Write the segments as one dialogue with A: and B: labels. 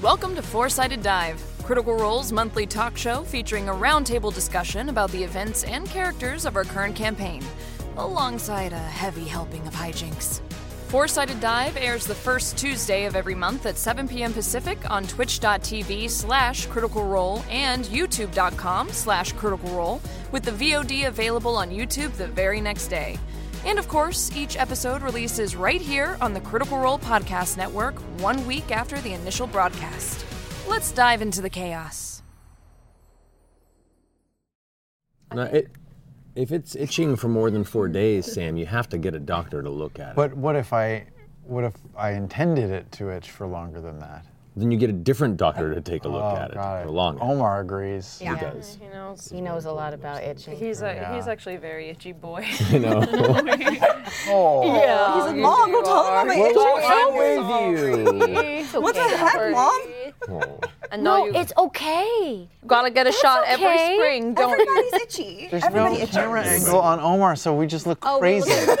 A: Welcome to Four Sided Dive, Critical Role's monthly talk show featuring a roundtable discussion about the events and characters of our current campaign, alongside a heavy helping of hijinks. Four Sided Dive airs the first Tuesday of every month at 7 p.m. Pacific on twitch.tv slash critical role and youtube.com slash critical role, with the VOD available on YouTube the very next day. And of course, each episode releases right here on the Critical Role Podcast Network one week after the initial broadcast. Let's dive into the chaos.
B: No, it, if it's itching for more than four days, Sam, you have to get a doctor to look at it.
C: But what if I, what if I intended it to itch for longer than that?
B: then you get a different doctor to take a look
C: Oh,
B: at it
C: got
B: for longer.
C: Omar agrees.
B: He does.
D: He knows.
E: He knows a lot about itching.
D: He's a,
C: Yeah.
D: he's actually a very itchy boy.
B: You know.
C: Oh,
D: yeah, he's like, mom, go tell him I'm
B: with you.
D: What the heck, mom?
B: Oh.
D: And now
E: No,
D: you
E: it's okay.
D: gotta get a shot
E: okay.
D: every spring, don't you?
C: There's no camera angle on Omar, so we just look
E: Oh, we
C: crazy.
E: look-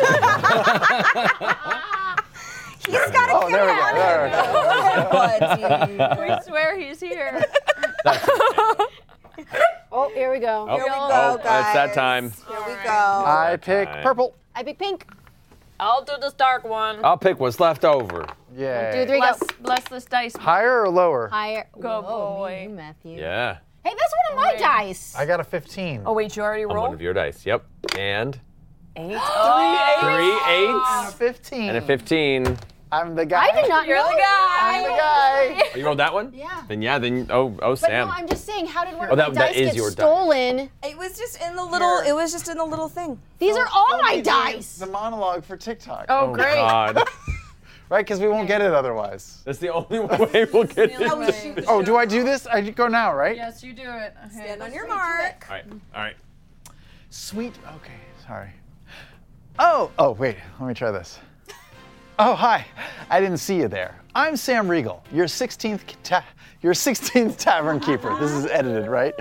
C: oh, there we go. There we go.
D: we swear he's here.
E: Oh, here we go.
F: Here we go,
B: it's
F: guys.
B: that time.
F: Here we go.
C: I pick
B: Alright.
C: purple.
E: I pick pink.
D: I'll do this dark one.
B: I'll pick what's left over.
C: Yeah.
E: Two, three,
D: Bless,
E: go.
D: bless this dice.
C: Higher or lower?
E: Higher. Good
D: boy.
E: you, Matthew.
B: Yeah.
E: Hey, that's one of my dice.
C: I got a 15.
D: Oh wait, you already
B: On one
D: rolled.
B: of your dice. Yep. And
D: Eight.
B: three
C: I'm a
B: eights
C: 15.
B: and a Oh, 15.
C: I'm the guy.
E: I did not
D: You're
E: know.
D: the
E: that.
D: guy.
C: I'm the guy.
B: Oh, you rolled that one?
E: Yeah.
B: Then yeah, then oh oh
E: But
B: Sam.
E: no, I'm just saying, how did one
B: Oh,
E: of
B: that-
E: my
B: that
E: dice
B: is
E: get
B: your dice.
E: stolen?
F: It was just in the little. It was just in the little thing.
E: These are all my
C: We did
E: dice.
C: The monologue for TikTok.
D: Oh, great.
B: God.
C: Right, because we won't get it otherwise.
B: That's the only way we'll get it. All
C: Oh, do I do this? I go now, right?
D: Yes, you do it.
F: Stand on your mark.
B: right. All right.
C: Sweet. Okay, sorry. Oh, oh, wait. Let me try this. Oh, hi. I didn't see you there. I'm Sam Regal, your 16th ta- your 16th tavern keeper. This is edited, right?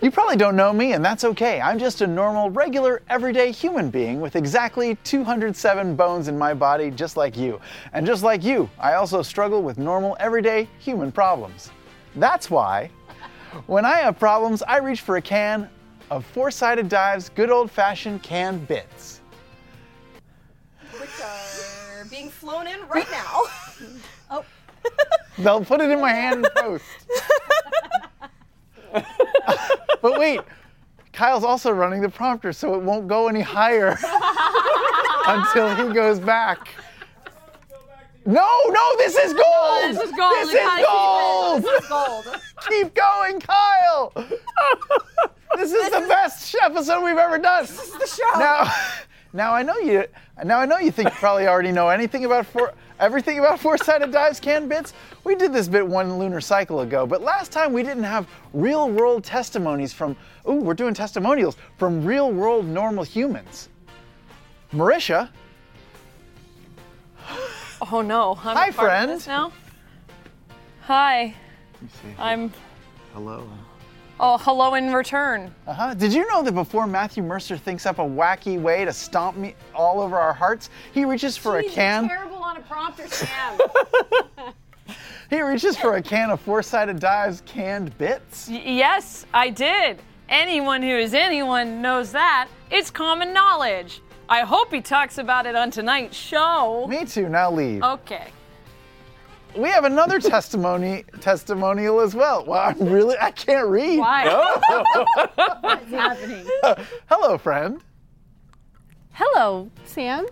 C: You probably don't know me, and that's okay. I'm just a normal, regular, everyday human being with exactly 207 bones in my body, just like you. And just like you, I also struggle with normal, everyday human problems. That's why when I have problems, I reach for a can of four sided dives, good old fashioned canned bits.
F: Which are being flown in right now.
D: Oh.
C: They'll put it in my hand and post. but wait, Kyle's also running the prompter, so it won't go any higher until he goes back. No, no, this is gold!
D: this is gold.
C: This
D: You
C: is
D: gotta keep it.
C: gold!
F: Gold.
C: Keep going, Kyle! this is the best episode we've ever done.
F: The show.
C: Now, now I know you. Now I know you think you probably already know anything about four, everything about four-sided dives can bits. We did this bit one lunar cycle ago, but last time we didn't have real-world testimonies from. Ooh, we're doing testimonials from real-world normal humans. Marisha,
D: Oh no. I'm
C: Hi,
D: a part of
C: friend.
D: this now. Hi. I'm.
C: hello.
D: Oh, hello in return.
C: Uh huh. Did you know that before Matthew Mercer thinks up a wacky way to stomp me all over our hearts, he reaches for a can.
E: Terrible on a prompter, Sam.
C: He reaches for a can of four-sided dives canned bits.
D: Y- yes, I did. Anyone who is anyone knows that. It's common knowledge. I hope he talks about it on tonight's show.
C: Me too. Now leave.
D: Okay.
C: We have another testimony testimonial as well. Well, I'm really I can't read.
G: Why?
E: What's happening?
C: Hello, friend.
G: Hello, Sam.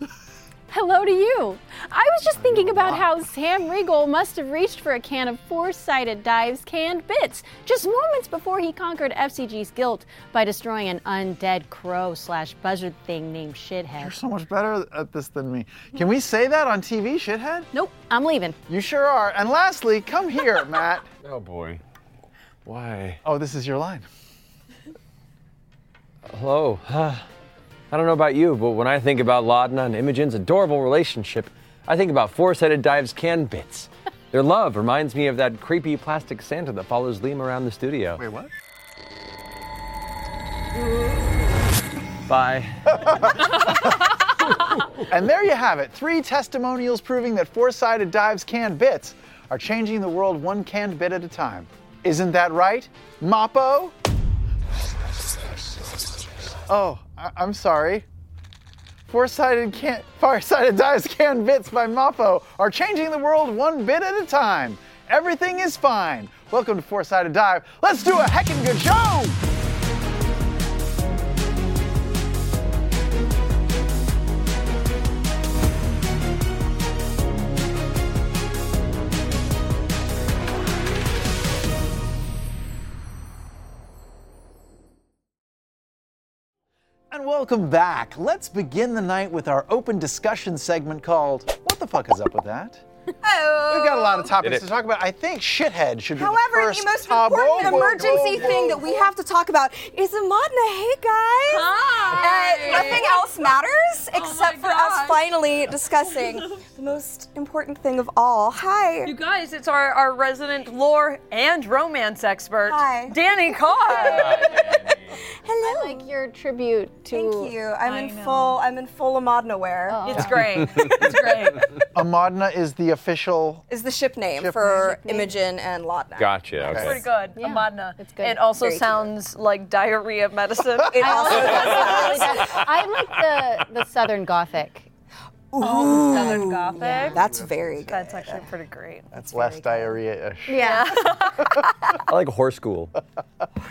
G: Hello to you. I was just thinking about how Sam Riegel must have reached for a can of four sided dives canned bits just moments before he conquered FCG's guilt by destroying an undead crow slash buzzard thing named Shithead.
C: You're so much better at this than me. Can we say that on TV, shithead?
G: Nope, I'm leaving.
C: You sure are. And lastly, come here, Matt.
B: Oh boy. Why?
C: Oh, this is your line.
B: Hello. Uh, I don't know about you, but when I think about Laudna and Imogen's adorable relationship, I think about four-sided dives can bits. Their love reminds me of that creepy plastic Santa that follows Liam around the studio. Wait,
C: what?
B: Bye.
C: and there you have it three testimonials proving that four sided dives canned bits are changing the world one canned bit at a time. Isn't that right, Mappo? Oh, I- am sorry. Four sided can- Far-sided dives canned bits by Mappo are changing the world one bit at a time. Everything is fine. Welcome to Four Sided Dive. Let's do a heckin' good show! And welcome back. Let's begin the night with our open discussion segment called What the Fuck is Up with That?
F: Oh.
C: We've got a lot of
F: Did
C: topics
F: it.
C: to talk about. I think shithead should be the
F: However,
C: first
F: the most
C: top-
F: important
C: Whoa, whoa,
F: emergency
C: whoa,
F: thing
C: whoa.
F: that we have to talk about is Amadna. Hey guys!
D: Hi. Oh
F: Uh, nothing else matters except for us
D: gosh.
F: finally discussing the most important thing of all. Hi.
D: You guys, it's our, our resident lore and romance expert,
F: Hi.
D: Danny Carr.
F: Hello.
G: like your tribute to.
F: Thank you. I'm in full. I'm in full Amadna wear.
D: It's great. It's great.
C: Amadna is the official.
F: Is the ship name for Imogen and Laudna.
B: Gotcha.
D: It's
B: Okay.
D: pretty good. Amadna. It's
G: good.
D: It also
F: Very cute.
D: sounds like diarrhea medicine.
F: It also
G: Really does. I like the, the Southern Gothic.
D: Oh, Southern Gothic.
F: That's very good.
D: That's actually pretty great.
C: That's less diarrhea ish.
D: Yeah.
B: I like horse school.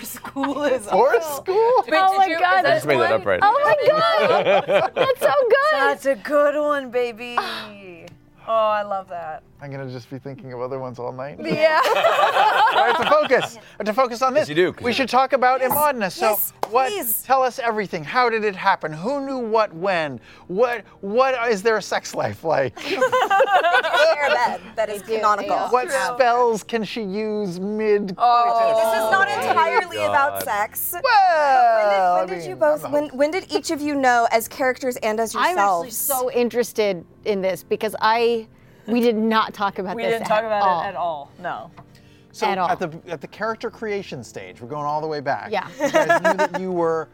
F: School is
C: Or school?
D: Wait,
G: oh
D: did
G: my god.
D: you- is that
G: That's,
B: Just made that up right.
G: oh my god. That's so good.
D: That's a good one, baby. oh, I love that.
C: I'm going to just be thinking of other ones all night.
D: Yeah.
C: I have to focus. I have to focus on this.
B: you do, 'cause
C: We
B: you-
C: should talk about Imodna. So,
F: yes,
C: what?
F: please.
C: Tell us everything. How did it happen? Who knew what when? What? What is their sex life like?
F: Share a bed that is canonical.
C: what spells can she use mid?
G: Oh.
F: This is not
C: Oh
F: entirely
B: God.
F: about sex.
C: Well,
F: When did, when
C: I
F: did
C: mean,
F: you
C: I'm
F: both?
C: a-
F: When, when did each of you know, as characters and as
G: I'm actually
F: yourselves?
G: so interested in this because I we did not talk about
D: We
G: this
D: didn't talk
G: at
D: about
G: all.
D: it at all. No.
C: So
G: at all.
C: At the at the character creation stage, we're going all the way back.
G: Yeah.
C: You guys knew that you were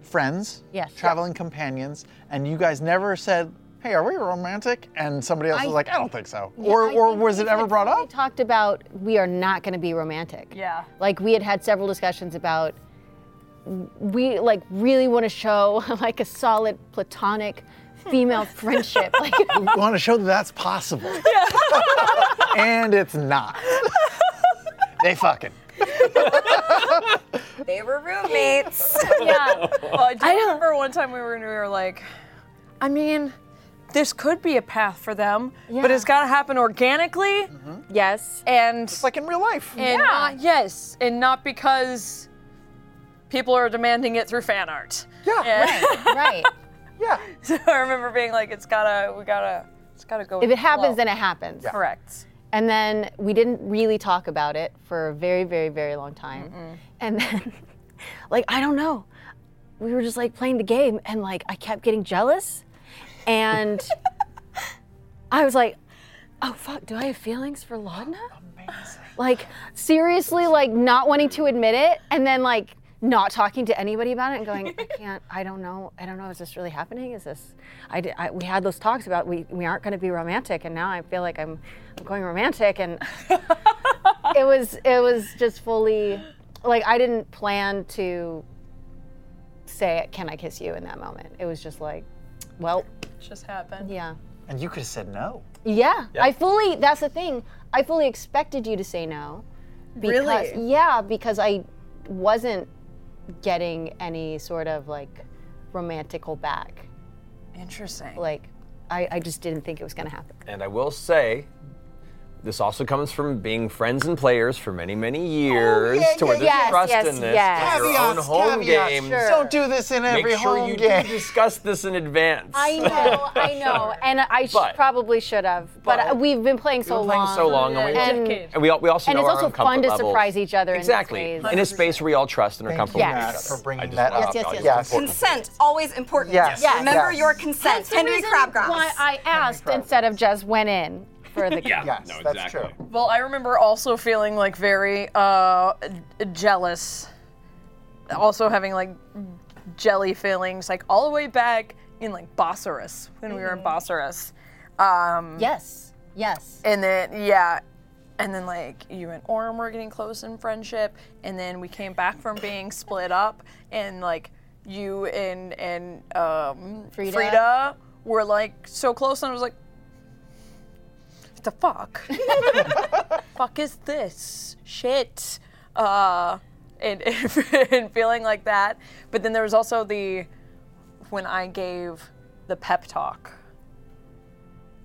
C: friends,
G: Yes.
C: traveling companions, and you guys never said, "Hey, are we romantic?" And somebody else
G: I-
C: was like, "I don't think so."
G: Yeah,
C: or
G: I
C: or
G: think
C: was
G: we
C: it ever
G: had
C: brought
G: totally
C: up?
G: talked about we are not going to be romantic.
D: Yeah.
G: Like we had had several discussions about we like really want to show like a solid platonic
D: Hmm.
G: female friendship. Like
C: We want to show that that's possible. and it's not. they fucking.
F: they were roommates.
D: Yeah. Well, I do remember one time we were and we were like, I mean, this could be a path for them, but it's got to happen organically.
E: Yes.
D: And
C: It's like in real life.
D: and not- yes, and not because people are demanding it through fan art.
C: Yeah,
D: And-
G: right.
C: Yeah.
D: So I remember being like, it's gotta, we gotta, it's gotta go.
G: If
D: with
G: it
D: the
G: happens,
D: flow.
G: then it happens.
D: correct.
G: And then we didn't really talk about it for a very, very, very long time. And then, like, I don't know. We were just like playing the game, and like, I kept getting jealous. And I was like, oh, fuck, do I have feelings for Laudna? Like, seriously, like, not wanting to admit it. And then, like, not talking to anybody about it and going, I can't, I don't know, I don't know, is this really happening? Is this, I, di- I- we had those talks about we, we aren't going to be romantic, and now I feel like I'm, I'm going romantic. And it was, it was just fully, like, I didn't plan to say, Can I kiss you in that moment? It was just like, well,
D: It's just happened.
G: Yeah.
C: And you could have said no.
G: Yeah,
C: Yeah.
G: I fully. That's the thing. I fully expected you to say no. Because,
D: Really?
G: Yeah, because I wasn't getting any sort of like romantical back.
D: Interesting.
G: Like, I, I just didn't think it was gonna happen.
B: And I will say, this also comes from being friends and players for many, many years,
C: Oh, yeah,
B: to where
C: yeah,
B: there's
C: yes,
B: trust
C: yes,
B: in this.
C: yes.
B: With your own
C: Caveats,
B: home
C: caveats,
B: games.
C: sure. Don't do this in every
B: Make sure
C: home
B: you
C: game.
B: do discuss this in advance.
G: I know, I know, and I sh-
B: But-
G: probably should have. But, uh, we've been playing so
B: We've been playing
G: long.
B: so long, and we, and we, al- we also
G: and
B: know
G: it's
B: our
G: also
B: own comfort
G: fun to
B: levels.
G: surprise each other in these
B: Exactly,
G: ways.
B: in a space where we all trust and are comfortable
G: you
B: with each
G: guys
B: other.
G: for
C: bringing
B: that
C: up. Yes, yes,
B: Oh,
C: yes.
F: Consent, always important.
C: Yes. Yes.
F: Remember
C: Yes.
F: your consent.
G: That's the
F: Henry
G: reason
F: Crabgrass.
G: Why I asked instead of just went in for the
C: yes, that's true.
D: Well, I remember also feeling like very uh, jealous, also having like jelly feelings, like all the way back in like Bosphorus when we were in Bosphorus. Um,
G: yes, yes.
D: And then yeah, and then like you and Orm were getting close in friendship, and then we came back from being split up, and like you and and um,
G: Frida.
D: Frida were like so close, and I was like, what the fuck? fuck is this shit? Uh, and, and feeling like that. But then there was also the when I gave the pep talk.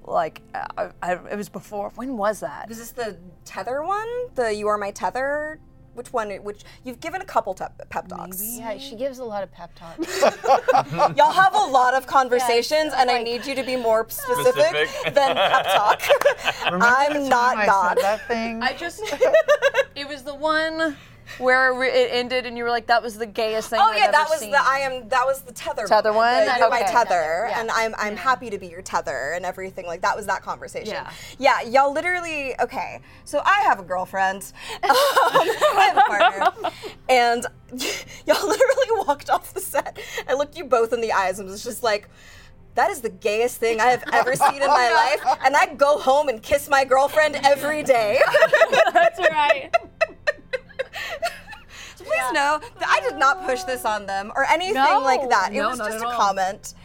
D: Like, I, I, it was before. When was that?
F: Was this the tether one? The you are my tether? Which one? Which you've given a couple te- pep talks.
D: Um,
G: Yeah, she gives a lot of pep talks.
F: Y'all have a lot of conversations, and I need you to be more specific,
B: Specific.
F: than pep talk. I'm not God.
C: thing.
D: I just. it was the one where we- it ended, and you were like, "That was the gayest thing."
F: Oh
D: I've
F: yeah, that
D: ever
F: was
D: seen.
F: the I am. That was the tether.
D: Tether one?
F: The, you're my
D: Okay.
F: tether,
D: Yeah.
F: and I'm I'm happy to be your tether and everything like that. Was that conversation?
D: Yeah.
F: Yeah, y'all literally. Okay, so I have a girlfriend. Um, I have a partner, and y'all literally walked off the set. I looked you both in the eyes and was just like. That is the gayest thing I have ever seen in my
G: Oh,
F: life, and I go home and kiss my girlfriend every day.
G: That's right.
F: Please know that I did not push this on them or anything
G: No,
F: like that. It
G: no,
F: was
G: not
F: just
G: at
F: a
G: all.
F: comment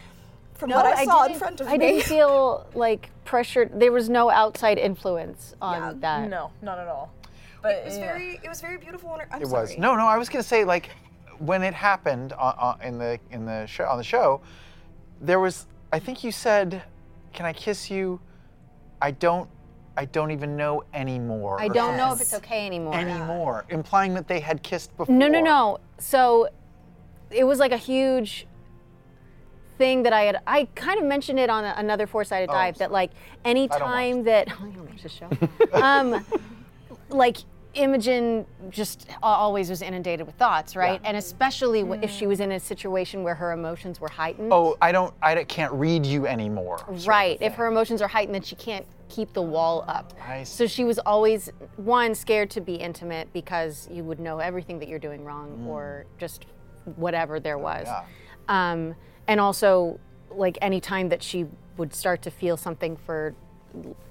F: from what I, saw in
G: didn't-
F: front of
G: I
F: me.
G: didn't feel like pressured. There was no outside influence on that.
D: No, not at all. But
F: It was very, it was very beautiful. And, I'm
C: It
F: sorry.
C: was no, no. I was gonna say like when it happened on, on, in the in the show on the show, there was. I think you said, "Can I kiss you?" I don't. I don't even know anymore.
G: I
C: or
G: don't know if
C: something
G: it's okay anymore.
C: anymore, implying that they had kissed before.
G: No, no, no. So it was like a huge thing that I had. I kind of mentioned it on a, another four-sided
C: Oh,
G: dive that like any
C: I don't watch
G: time that I don't watch the show, um, like Imogen just a- always was inundated with thoughts, right? And especially w
F: Mm.
G: if she was in a situation where her emotions were heightened.
C: Oh, I don't. I don't- can't read you anymore.
G: Right. If her emotions are heightened, then she can't keep the wall up.
C: I
G: So she was always one scared to be intimate because you would know everything that you're doing wrong or just whatever there was. Um, and also, like any time that she would start to feel something for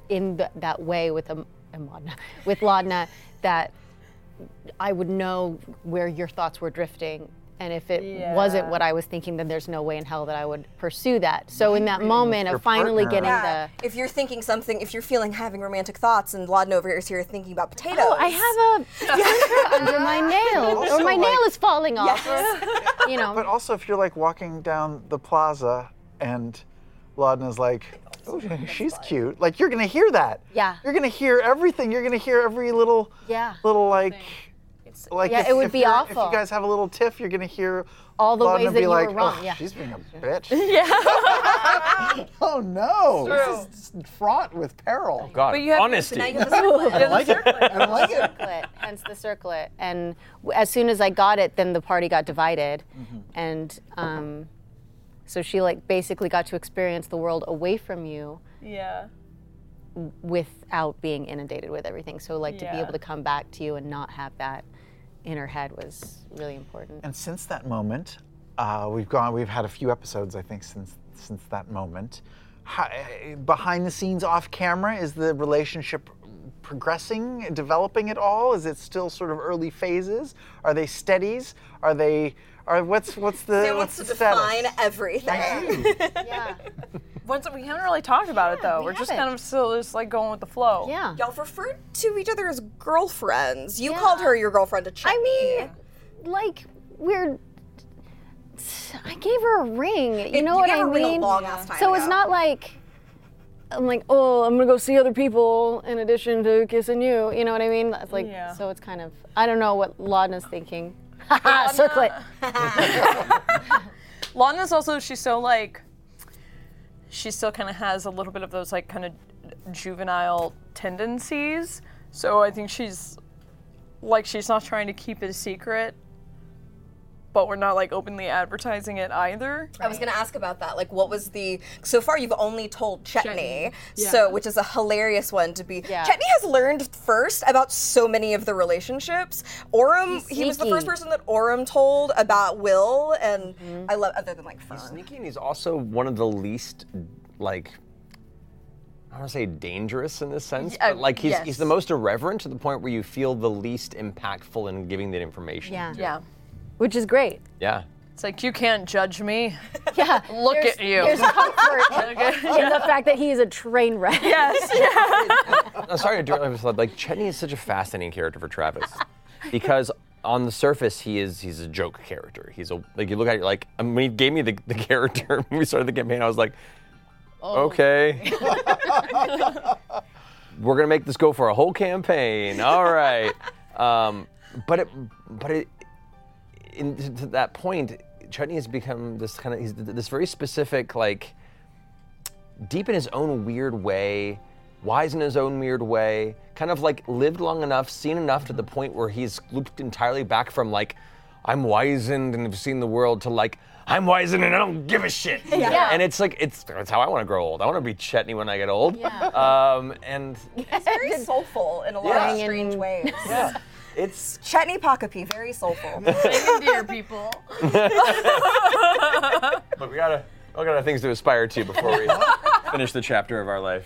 G: in th- that way with um, um, Laudna, with Laudna, that I would know where your thoughts were drifting. And if it wasn't what I was thinking, then there's no way in hell that I would pursue that. So in that moment
C: your
G: of finally
C: partner.
G: getting
F: Yeah.
G: the
F: If you're thinking something, if you're feeling having romantic thoughts, and Laudna over here is here thinking about potatoes.
G: Oh, I have a under my nail,
C: Also,
G: or my nail
C: like-
G: is falling off. Or, you know,
C: But also, if you're like walking down the plaza and Laudna's like, "Oh, she's cute," like you're gonna hear that.
G: Yeah.
C: You're gonna hear everything. You're gonna hear every little.
G: Yeah.
C: Little like. Like
G: Yeah,
C: if,
G: it would
C: if
G: be
C: you're- If
G: awful.
C: you guys have a little tiff, you're gonna hear
G: All the
C: Laudna
G: ways
C: be
G: that you were
C: like,
G: wrong,
C: "Ugh,
G: yeah.
C: she's being a bitch. oh no, this is fraught with peril.
B: God,
D: But you have to-
B: honesty.
F: Now you have a circlet.
C: I like it. I like it.
G: circlet, hence the circlet. And w- as soon as I got it, then the party got divided, and um, so she like basically got to experience the world away from you
D: yeah.
G: without being inundated with everything. So like to be
D: Yeah.
G: able to come back to you and not have that in her head was really important.
C: And since that moment, uh, we've gone. We've had a few episodes, I think, since since that moment. Hi, behind the scenes, off camera, is the relationship progressing, developing at all? Is it still sort of early phases? Are they steadies? Are they Or what's what's the
F: Sam
C: what's
F: wants
C: the
F: to
C: status?
F: define everything.
D: Once we haven't really talked about it though.
F: we
D: We're just
F: haven't.
D: kind of still just like going with the flow.
F: Y'all referred to each other as girlfriends. You called her your girlfriend to check. I mean,
G: like we're I gave her a ring. You
F: It-
G: know
F: you
G: what
F: gave
G: I
F: her a ring a
G: mean?
F: long ass time
G: so it's
F: ago.
G: not like I'm like, oh, I'm gonna go see other people in addition to kissing you. You know what I mean? It's like,
D: Yeah.
G: so it's kind of I don't know what Laudna's thinking. Haha, circle it.
D: Lana's also she's so like she still kind of has a little bit of those like kind of juvenile tendencies. So I think she's like she's not trying to keep it a secret, but we're not like openly advertising it either.
F: I was gonna ask about that. Like, what was the? So far, you've only told Chetney,
D: Chetney, yeah.
F: so which is a hilarious one to be.
D: Yeah.
F: Chetney has learned first about so many of the relationships. Orum,
D: He's
F: he was the first
D: sneaky. Mm-hmm.
F: person that Orum told about Will, and I love other than like Fern.
B: Sneaky, and he's also one of the least, like, I don't want to say dangerous in this sense,
D: Yeah,
G: Uh,
B: but like he's, he's
D: yes.
B: the most irreverent to the point where you feel the least impactful in giving that information.
G: Yeah.
D: Yeah.
G: Which is great.
B: Yeah.
D: It's like you can't judge me.
G: Yeah.
D: Look at you.
G: There's comfort in the
D: Yeah.
G: fact that he is a train wreck.
D: Yes. Yeah.
B: I'm sorry to derail this, like Chetney is such a fascinating character for Travis because on the surface he is he's a joke character. He's a like you look at it like I mean, when he gave me the, the character when we started the campaign, I was like, okay, we're gonna make this go for a whole campaign. All right, um, but it but it in, to, to that point, Chetney has become this kind of he's th- this very specific like deep in his own weird way, wise in his own weird way, kind of like lived long enough, seen enough to the point where he's looped entirely back from like, I'm wizened and have seen the world to like, I'm wizened and I don't give a shit.
H: Yeah. Yeah.
B: And it's like, it's that's how I want to grow old. I want to be Chetney when I get old. Um, and
F: It's very soulful in a lot of
B: Yeah.
F: strange ways.
B: Yeah. it's
F: Chetney Pakapee, very soulful.
D: dear people.
B: But we gotta, we gotta things to aspire to before we finish the chapter of our life.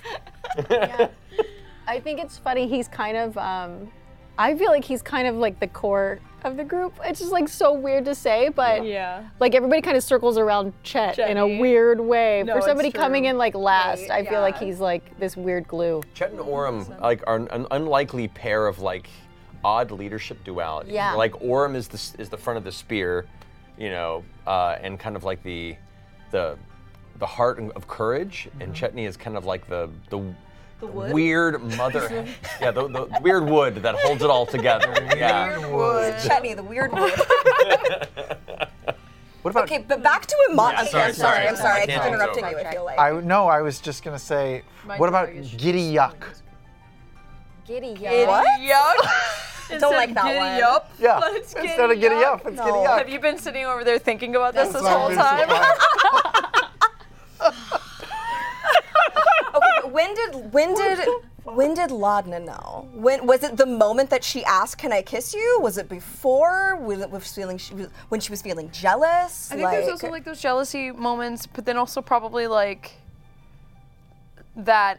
G: I think it's funny. He's kind of, um, I feel like he's kind of like the core of the group. It's just like so weird to say, but
D: yeah,
G: like everybody kind of circles around Chet in a
B: Chetney.
G: weird way.
B: No,
G: For
B: it's
G: somebody
B: true.
G: coming in like last, I
B: yeah.
G: feel like he's like this weird glue.
B: Chet and Orem like are an, an unlikely pair of like odd leadership duality.
G: Yeah.
B: Like Orem is the s- is the front of the spear, you know, uh, and kind of like the the the heart of courage, and Chetney is kind of like the the,
D: The
B: weird mother. yeah, the, the weird wood that holds it all together. Yeah.
F: Chetney, the weird one.
B: What about?
F: Okay, but back to Iman.
C: Yeah, sorry,
F: I'm sorry. I'm
C: sorry, sorry.
F: sorry. I keep
C: I can't
F: interrupting
C: do
F: you. I feel like.
C: I no, I was just gonna say,
F: My
C: what
F: dog
C: about giddy yuck?
G: Giddy yuck.
F: What?
D: Yuck.
F: Don't like that
D: giddy
F: one.
D: Up.
C: Yeah,
D: but it's
C: instead of giddy up, it's giddy up.
D: Have you been sitting over there thinking about this
F: That's
D: this
F: what
D: whole
F: I've
D: time?
F: okay, but when did when did when did Laudna know? When was it the moment that she asked, "Can I kiss you"? Was it before? Was it was feeling she was, when she was feeling jealous?
D: I think
F: like,
D: there's also like those jealousy moments, but then also probably like that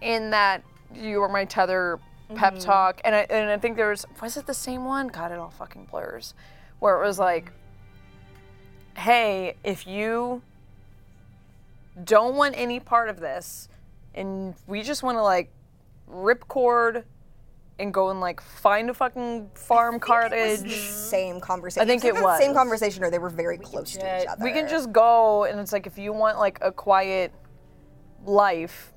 D: in that you were my tether pep
F: Mhm.
D: talk, and I and I think there was was it the same one? God, it all fucking blurs. Where it was like, hey, if you don't want any part of this, and we just want to like ripcord and go and like find a fucking farm
F: it was
D: cottage.
F: the same conversation.
D: I think
F: was
D: it
F: that the same
D: was.
F: conversation, or they were very close to each other.
D: We can just go, and it's like if you want like a quiet life,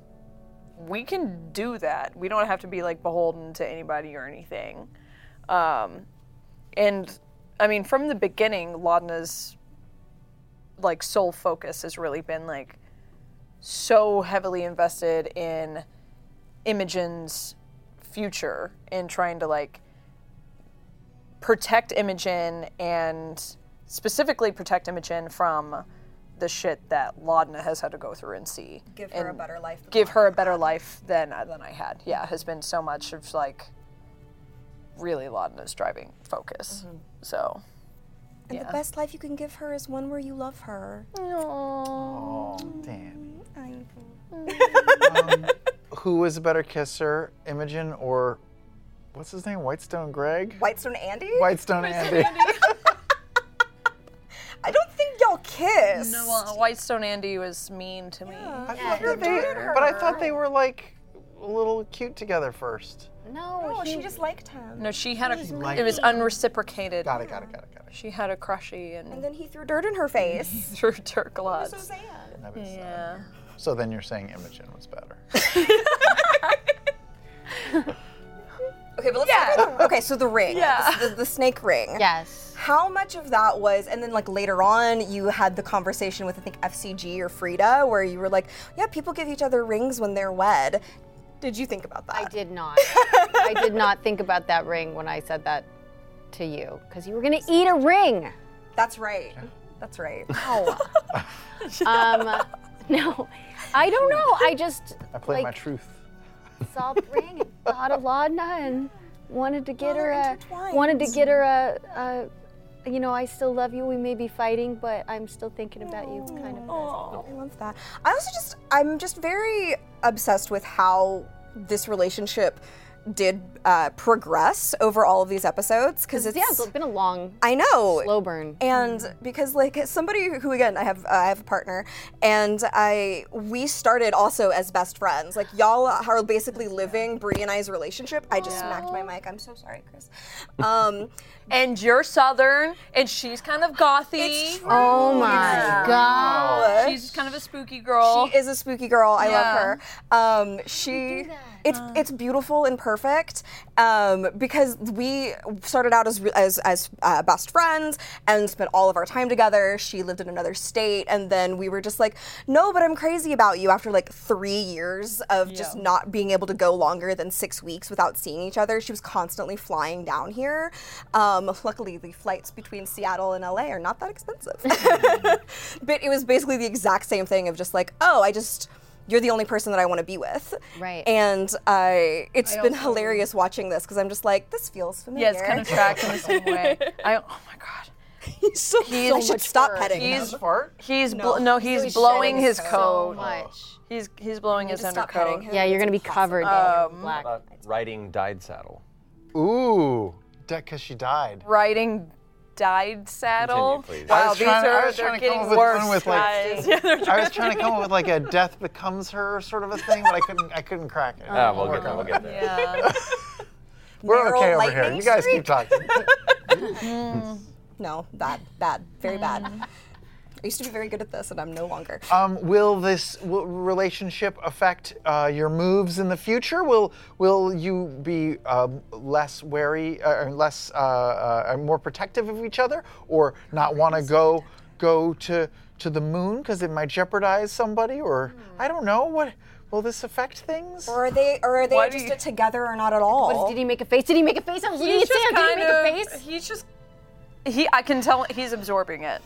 D: we can do that. We don't have to be like beholden to anybody or anything. Um, and I mean, from the beginning, Laudna's like sole focus has really been like so heavily invested in Imogen's future and trying to like protect Imogen and specifically protect Imogen from the shit that Laudna has had to go through and see.
F: Give her a
D: And
F: better life than
D: Give her a better life than uh, than I had. Yeah, has been so much of like really Laudna's driving focus.
F: Mm-hmm.
D: So
F: And the best life you can give her is one where you love her.
C: Oh, damn. Um, Who was a better kisser, Imogen or what's his name, Whitestone Greg?
F: Whitestone Andy.
C: Whitestone Andy.
F: kiss.
D: No, well, Whitestone Andy was mean to me.
C: I thought that they, but I thought they were like a little cute together first.
G: No,
F: Oh, she just liked him.
D: No, she had a.
F: She's
D: It was
F: mean.
D: unreciprocated. Got
C: it, got it, got it, got
D: it. She had a crushy and.
F: And then he threw dirt in her face.
D: threw dirt gloves.
F: so
C: sad.
D: Yeah.
C: So then you're saying Imogen was better.
F: Okay, but let's talk about the, okay. So the ring, yeah, the, the snake ring.
G: Yes.
F: How much of that was, and then like later on, you had the conversation with I think FCG or Frida, where you were like, yeah, people give each other rings when they're wed. Did you think about that? I
G: did not. I did not think about that ring when I said that to you because you were gonna eat a ring.
F: That's right. That's right.
G: No. um, no, I don't know. I just
C: I played my
G: like
C: truth.
G: saw the ring and thought of Laudna and wanted to get her a wanted to get her a, a you know I still love you. We may be fighting, but I'm still thinking about you. Kind of.
F: Oh, I love that. I also just, I'm just very obsessed with how this relationship did uh, progress over all of these episodes because it's
G: yeah, it's been a long.
F: I know.
G: Slow burn.
F: And because like as somebody who again I have uh, I have a partner and I we started also as best friends. Like y'all are basically living Brie and I's relationship. I just smacked my mic. I'm so sorry, Chris. Um
D: and you're southern and she's kind of gothy.
G: Oh my god.
D: Oh, She's kind of a spooky girl.
F: She is a spooky girl. I
D: Yeah. Uh.
F: love her. Um, she, it's it's beautiful and perfect um, because we started out as re- as, as uh, best friends and spent all of our time together. She lived in another state, and then we were just like, no, but I'm crazy about you. After like three years of just not being able to go longer than six weeks without seeing each other, she was constantly flying down here. Um, luckily, the flights between Seattle and LA are not that expensive. But it was basically the exact same thing of just like, oh, I just you're the only person that I want to be with.
G: Right.
F: And I it's
D: I
F: been
D: also-
F: hilarious watching this because I'm just like, this feels familiar.
D: Yeah, it's kind of tracked in the same way. I, oh my god.
F: He's so,
D: He's-
F: I should stop petting
D: He's
F: him.
D: He's
F: No.
D: bl- no, he's,
F: He's
D: blowing
F: shedding
D: his
F: so
D: coat.
G: much.
D: He's he's blowing his
F: stop petting
D: undercoat.
F: him.
G: Yeah, you're gonna be covered. in black.
B: About riding dyed saddle.
C: Ooh, because she died.
D: Riding dyed saddle.
B: Continue, please.
C: I
D: wow,
C: was
D: these
C: trying- I
D: are
C: was
D: they're
C: trying to come
D: getting
C: up with
D: worse,
C: one with, like,
D: guys. Yeah, they're
C: I was trying to come up with like a death becomes her sort of a thing, but I couldn't. I couldn't crack it.
B: Ah, we'll get there. We'll get there.
D: Yeah.
C: We're okay over here.
F: lightning
C: You guys keep
F: streak.
C: talking.
F: No, bad, bad, very bad.
G: Mm.
F: I used to be very good at this and I'm no longer.
C: Um, will this will relationship affect uh, your moves in the future? Will Will you be um, less wary uh, or less uh, uh, more protective of each other, or not want to go go to to the moon because it might jeopardize somebody? Or I don't know. What will this affect things?
F: Or are they or are they
D: Why do
F: just
D: you-
F: a together or not at
G: What is-
F: all?
G: did he make a face? Did he make a face? I was looking at Sam. Did he make a face?
D: He's just. He. I can tell he's absorbing it.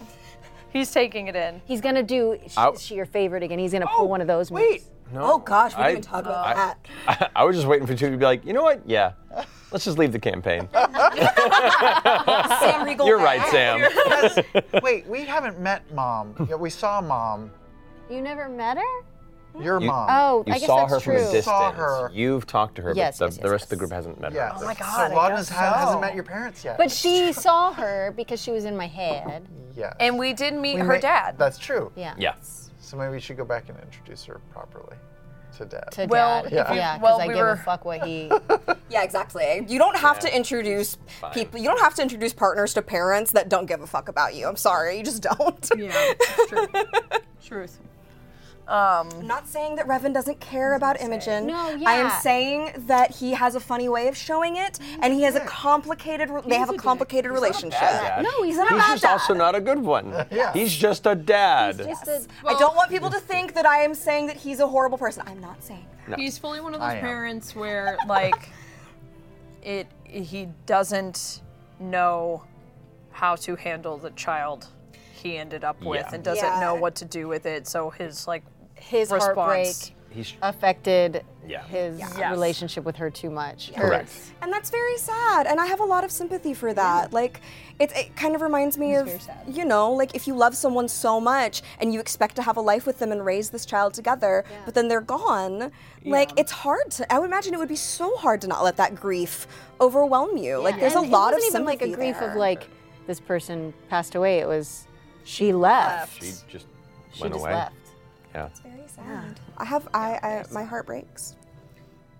D: He's taking it in.
G: He's gonna do. She,
B: Ow.
G: she your favorite again. He's gonna pull one of those.
C: Wait.
G: moves.
F: oh gosh, we
B: I-
F: didn't even talk about
B: I-
F: that.
B: I, I was just waiting for two to be like, you know what? Yeah, let's just leave the campaign.
F: Sam Riegel.
B: You're right, Sam.
C: Has- wait, we haven't met mom. Yeah, we saw mom.
G: You never met her?
C: Your
B: You-
C: mom.
G: Oh,
B: You
G: I guess
B: saw
G: that's
B: her
G: true.
B: from a distance.
C: Saw her.
B: You've talked to her,
G: Yes,
B: but the,
G: yes,
B: the
G: yes,
B: rest of the
G: yes.
B: group hasn't met
C: Yeah.
B: her.
C: Oh my God. So Lana's ha- hasn't met your parents yet.
G: But she saw her because she was in my head.
C: Yes.
D: And we did meet
C: We
D: her
C: may-
D: dad.
C: That's true.
G: Yeah.
B: Yeah.
C: So maybe we should go back and introduce her properly to dad.
G: To
D: Well,
G: dad.
D: if Yeah. we-
G: yeah, because
D: well,
G: I
D: we
G: give
D: were-
G: a fuck what he.
F: Yeah, exactly. You don't have to introduce people. You don't have to introduce partners to parents that don't give a fuck about you. I'm sorry, you just don't.
D: Yeah. True. Truth. Um,
F: I'm not saying that Revan doesn't care about Imogen.
G: No,
F: I am
G: yeah. Mm,
F: saying that he has a funny way of showing it, and he has a complicated. re- they have a complicated relationship.
B: dad.
G: No, he's not.
B: He's just also not a good one.
C: Yeah.
B: He's just a dad.
G: Just a,
F: I don't want people to think that I am saying that he's a horrible person. I'm not saying that.
D: He's fully one of
C: I
D: those
C: am.
D: parents where like it he doesn't know how to handle the child he ended up with
B: Yeah.
D: and doesn't
F: Yeah.
D: know what to do with it. So his like
G: his
D: response.
G: heartbreak
B: He's
G: affected
B: Yeah.
G: his
D: Yes.
G: relationship with her too much. Or-
B: correct.
F: And that's very sad, and I have a lot of sympathy for that. Like, it, it kind of reminds me of, you know, like if you love someone so much and you expect to have a life with them and raise this child together, but then they're gone, like it's hard to, I would imagine it would be so hard to not let that grief overwhelm you. Like, there's
G: And
F: a
G: it
F: lot of
G: wasn't even
F: sympathy
G: like a grief
F: there.
G: of like this person passed away. It was She left.
B: She just
G: She
B: went
G: just
B: away.
G: left.
B: Yeah.
F: It's very sad. I have, I, I, my heart breaks.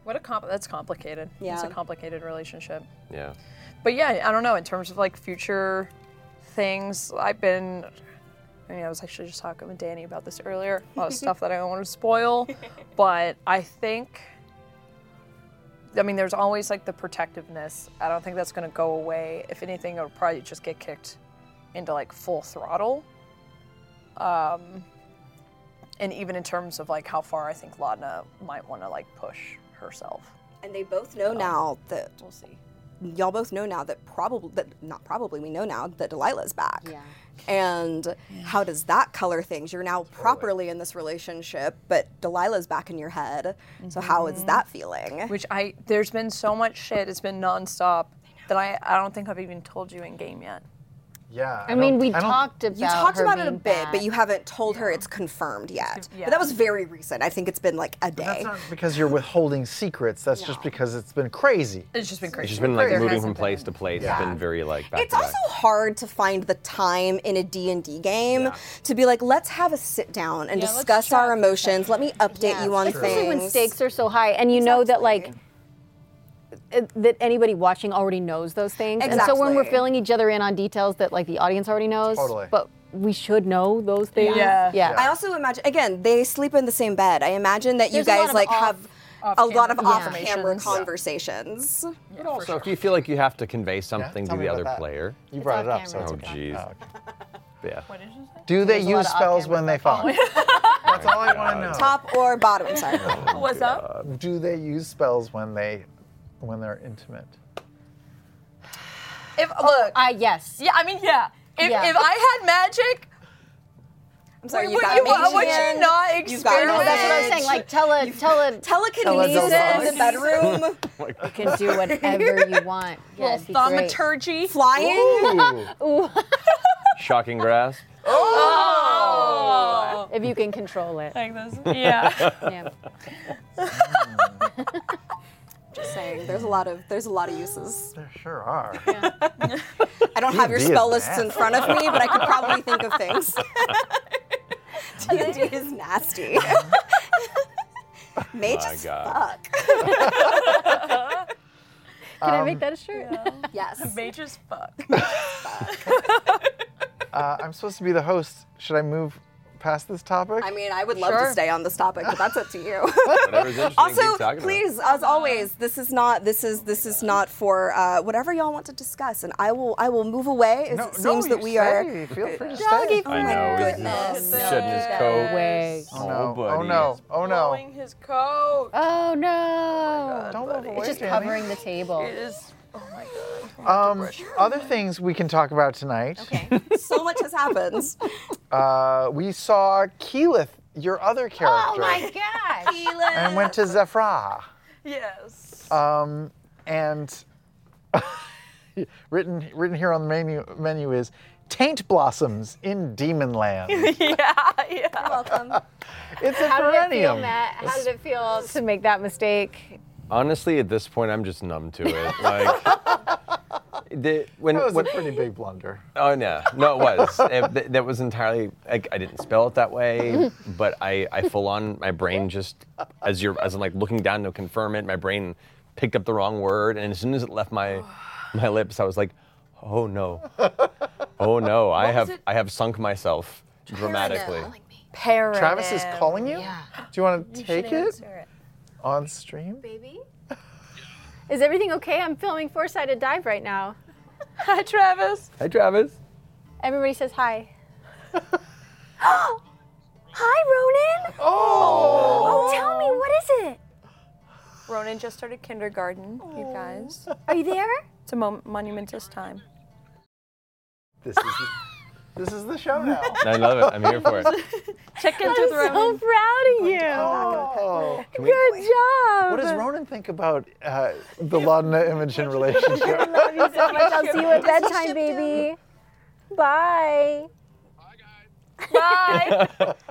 D: What a comp. That's complicated. It's
F: Yeah.
D: a complicated relationship.
B: Yeah.
D: But yeah, I don't know. In terms of like future things, I've been. I mean, I was actually just talking with Danny about this earlier. A lot of stuff that I don't want to spoil, but I think. I mean, there's always like the protectiveness. I don't think that's going to go away. If anything, it'll probably just get kicked into like full throttle. Um, and even in terms of like how far I think Laudna might want to like push herself.
F: And they both know now that
D: we'll see.
F: Y'all both know now that probably that not probably we know now that Delilah's back. Yeah. And how does that color things? You're now properly in this relationship, but Delilah's back in your head. So how is
D: Mhm.
F: that feeling?
D: Which I there's been so much shit. It's been nonstop that I I don't think I've even told you in game yet.
C: Yeah.
F: I mean, we
G: talked about
F: You talked
G: her
F: about it a
G: being
F: bit, but you haven't told her it's confirmed yet.
D: Yeah.
F: But that was very recent. I think it's been like a day.
C: Because you're withholding secrets. That's just because it's been crazy.
D: It's just been
B: It's just been like moving from place to place.
F: Yeah.
B: It's been very like back
F: it's
B: to back.
F: also hard to find the time in a D&D game to be like let's have a sit down and
G: Yeah, let's
F: discuss our emotions let me update you on
G: Especially
F: things
G: when stakes are so high, and you know that like it- that anybody watching already knows those things. And so when we're
F: Exactly.
G: filling each other in on details that like the audience already knows,
F: Totally.
G: but we should know those things.
F: I also imagine again they sleep in the same bed. I imagine that
G: Thereys a
F: you
G: lot
F: guys
G: of
F: like
G: off-
F: have a lot of
G: off-camera
F: off-camera
G: conversations.
F: conversations.
B: So if you feel like you have to convey something
C: tell
B: to
C: me
B: the
C: about
B: other
C: that.
B: player,
C: You brought it up, so it's
B: oh
C: okay.
B: jeez. Yeah.
C: Do they
F: There's a lot
C: use
F: of
C: spells when they fall? That's all I want to know.
F: Top or bottom? Sorry.
D: What's up?
C: Do they use spells when they when they're intimate?
D: If look,
G: I Uh, yes.
D: Oh, Yeah, I mean yeah. If
G: Yeah.
D: if I had magic,
F: I'm sorry,
D: would,
F: you
D: would
F: got
D: you,
F: mage
D: would
F: hand,
D: you not
F: you got
D: experiment?
G: That's what I'm saying. Like tele tele
F: telekinesis in the bedroom.
G: You can do whatever you want. Yeah, it'd be great.
D: thaumaturgy,
F: flying.
G: Ooh.
B: Shocking grasp.
G: Oh. If you can control it.
D: Like this.
B: yeah.
G: yeah.
F: Just saying, there's a lot of there's a lot of uses.
C: There sure are.
F: I don't have your
C: D&D is
F: spell lists
C: nasty.
F: in front of me, but I could probably think of things. D&D is nasty. Mage
B: My
F: is
B: God.
F: fuck.
G: Can I make that a shirt?
F: Yes.
D: Mage as fuck.
C: Uh, I'm supposed to be the host. Should I move past this topic?
F: I mean, I would love
C: Sure.
F: to stay on this topic, but that's up to you.
B: Whatever's interesting, keep
F: also,
B: talking
F: please, as always, this is not this is this is not for uh, whatever y'all want to discuss, and I will I will move away as
C: No-
F: it
C: no,
F: seems
C: you
F: that we
C: stay.
F: are.
C: Feel free to
F: Doggy
C: stay.
F: Oh my
B: I know.
F: goodness.
B: He's shedding his coat.
G: Way.
C: Oh no.
B: Oh,
C: Oh no. Oh no.
D: Blowing his coat.
G: Oh no.
C: Don't look away,
G: It's just
C: Danny.
G: covering the table.
D: It is. Oh my god.
C: Um, other things we can talk about tonight.
F: so much has happened.
C: Uh, we saw Keelith, your other
D: Oh
C: character,
G: Oh gosh.
C: and went to Zephrah.
D: Yes.
C: Um, and written written here on the menu menu is Taint Blossoms in Demonland.
D: yeah, yeah.
F: Welcome.
C: It's a
G: How did it feel,
C: perennium.
G: Matt? How did it feel to make that mistake?
B: Honestly, at this point, I'm just numb to it. Like, the, when
C: That was
B: when-
C: a pretty big blunder.
B: oh no, no, it was. It- th- that was entirely. Like, I didn't spell it that way, but I, I full on my brain just as you're as I'm like looking down to confirm it, my brain picked up the wrong word, and as soon as it left my my lips, I was like, oh no, oh no, I have I have sunk myself dramatically.
D: Parent.
C: Travis is calling you. Do you want to take it
D: it.
C: on stream?
G: Baby? Is everything okay? I'm filming Four Sided Dive right now.
D: Hi, Travis.
B: Hi, Travis.
G: Everybody says hi. hi, Ronan.
C: Oh.
G: Oh, tell me, what is it?
D: Ronan just started kindergarten, you guys.
G: Are you there?
D: It's a mom- monumentous time.
C: This is this is the show now.
B: I love it. I'm here for it.
D: Check into
G: I'm
D: the
G: so
D: Ronan.
G: proud of you.
C: Oh.
G: Good job.
C: What does Ronan think about uh, the Laudna Oh, Imogen relationship?
G: I love you so much. I'll see you at bedtime, baby. Bye.
D: Bye.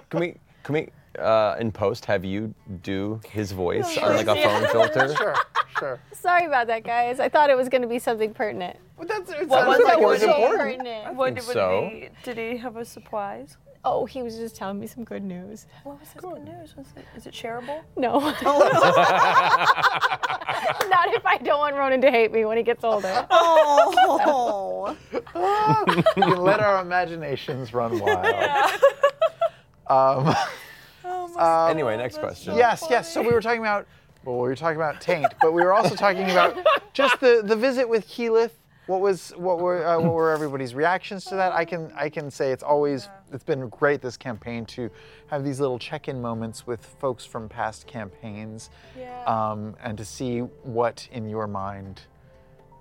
B: Can we, can we, uh, in post, have you do his voice on like a phone filter?
C: sure, sure.
G: Sorry about that, guys. I thought it was going to be something pertinent.
C: But that's it
D: What
C: sounds
D: was
C: like
D: it?
C: it was
D: What did-
C: important.
D: I
C: I
D: What
C: think
D: did
C: so.
D: he, did he have a surprise?
G: Oh, he was just telling me some good news.
D: What was his good news? Was it, is it shareable?
G: No. Not if I don't want Ronan to hate me when he gets older.
F: Oh.
C: we can let our imaginations run wild. Um, um,
B: Anyway, next question.
C: yes, yes. So we were talking about, well, we were talking about taint, but we were also talking about just the, the visit with Keyleth. What was what were uh, what were everybody's reactions to that? I can I can say it's always it's been great this campaign to have these little check-in moments with folks from past campaigns, um, and to see what in your mind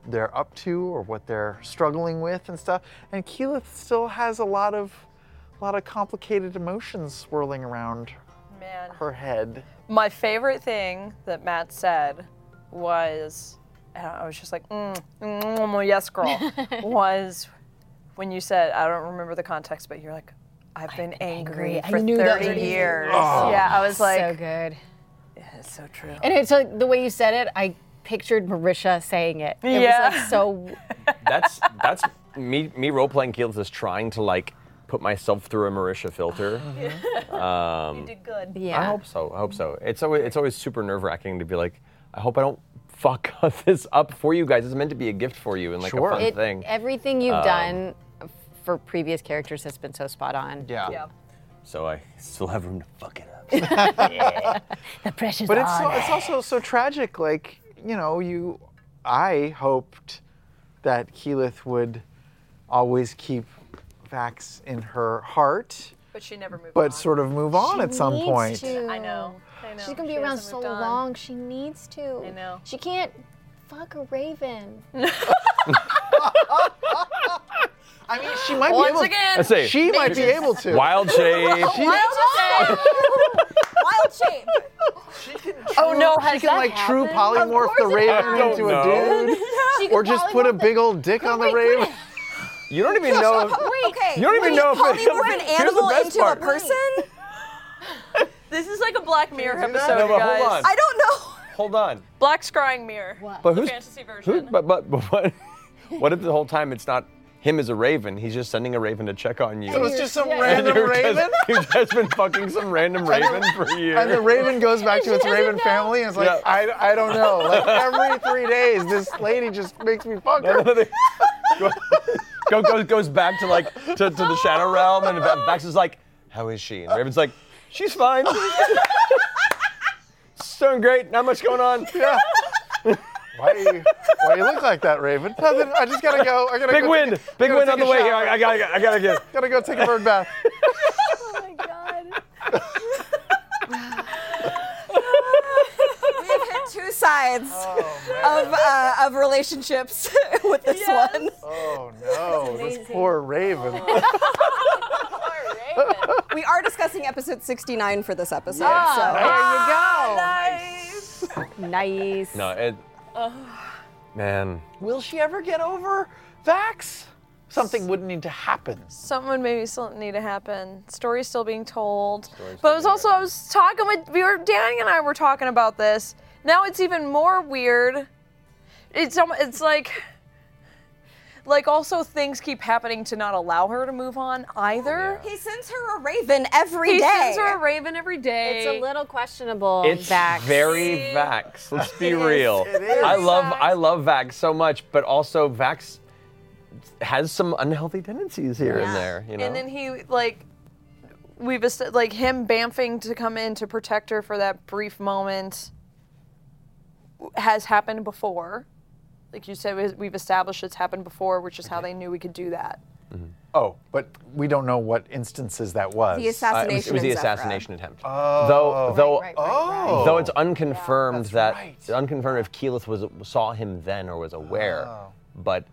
C: they're up to or what they're struggling with and stuff. And Keyleth still has a lot of a lot of complicated emotions swirling around
D: Man.
C: her head.
D: My favorite thing that Matt said was, and I was just like, mm, mm, mm, yes, girl, was when you said, I don't remember the context, but you're like, I've been, angry,
G: I
D: for
G: knew that
D: 30
G: was-
D: years.
G: Oh.
D: yeah, I was
G: So
D: like,
G: good.
D: Yeah, it's so true.
G: And it's like the way you said it, I pictured Marisha saying it. It
D: Yeah.
G: was like so.
B: That's that's me me role playing Keels is trying to like put myself through a Marisha filter. Um,
D: you did good.
B: I hope so. I hope so. It's always it's always super nerve wracking to be like, I hope I don't fuck this up for you guys. It's meant to be a gift for you and like a fun
G: It-
B: thing.
G: Everything you've
B: Um,
G: done for previous characters has been so spot on.
C: yeah.
B: So I still have room to fuck it up.
G: The pressure's
C: But it's, so, it's also so tragic. Like, you know, you, I hoped that Keyleth would always keep Vax in her heart,
D: But she never moved
C: but
D: on.
C: sort of move on at some point.
D: I know. I know.
E: She's gonna be
D: She
E: around
D: hasn't
E: so
D: moved on.
E: long. She needs to.
D: I know.
E: She can't fuck a raven.
C: I mean, she might
D: Once
C: be able.
D: again,
B: I say,
C: she might be able to.
B: Wild shade.
C: She,
F: Wild shape.
C: oh no,
G: has
C: she can
G: that
C: like true
G: happened?
C: polymorph the raven
B: don't
C: into
B: know.
C: a dude,
G: She
C: or
G: could
C: just
G: probably
C: put a
G: walk
C: big old dick on the raven.
B: You don't even know. If,
F: okay.
B: You don't even
F: wait,
B: know if it-
F: polymorph an
B: here's the
F: animal
B: best
F: into
B: part.
F: a person?
D: This is like a Black Mirror
B: do that?
D: episode,
B: No, but
D: guys.
B: hold on.
F: I don't know.
B: hold on.
D: Black Scrying Mirror.
B: But who's
D: fantasy version.
B: who- but but but what? What if the whole time it's not him as a raven? He's just sending a raven to check on you.
C: So it's just some
G: Yeah.
B: And
C: random
B: you're just-
C: raven.
B: You've just been fucking some random raven for years.
C: And the raven goes back to its raven family and it's like,
B: Yeah.
C: I, I don't know. Like every three days, this lady just makes me fuck
B: No,
C: her.
B: no, they- go, go, goes- goes back to like to, to the shadow realm, and Va- Vax is like, "How is she?" And Raven's like, "She's fine. She's doing great. Not much going on.
C: Yeah. Why do you, why do you look like that, Raven? Nothing. I just gotta go. I gotta
B: Big
C: go
B: win.
C: Take, a-
B: Big
C: gotta
B: win
C: take
B: on
C: a
B: the way here.
C: shower.
B: I, I gotta, I gotta get."
C: gotta go take a bird bath.
F: We have hit two sides
D: Oh,
F: of uh, of relationships with this one.
C: Oh no, this poor Raven.
F: We are discussing episode 69 for this episode. so.
G: Nice.
B: No, it. Man,
C: Will she ever get over Vax? Something would need to happen.
D: Something maybe still need to happen. Story's still being told. but it was also I was talking with we were Danny and I were talking about this. Now it's even more weird. It's almo- it's like like also things keep happening to not allow her to move on either.
F: He sends her a raven every day.
D: He sends her a raven every day.
G: It's a little questionable.
B: it's
G: Vax.
B: very Vax. Let's be real.
C: It is.
B: I love, I love Vax so much, but also Vax has some unhealthy tendencies here and there. You know.
D: And then he like we've est- like him bamfing to come in to protect her for that brief moment has happened before. Like you said, we- we've established it's happened before, which is how they knew we could do that.
C: Oh, but we don't know what instances that was.
B: Uh,
F: The
B: it was, it
F: assassination.
B: was the
F: in Zephyra.
B: assassination attempt. though, though,
C: Oh.
B: Though it's unconfirmed that
C: right.
B: it's unconfirmed if Keyleth was saw him then or was aware,
C: Oh.
B: but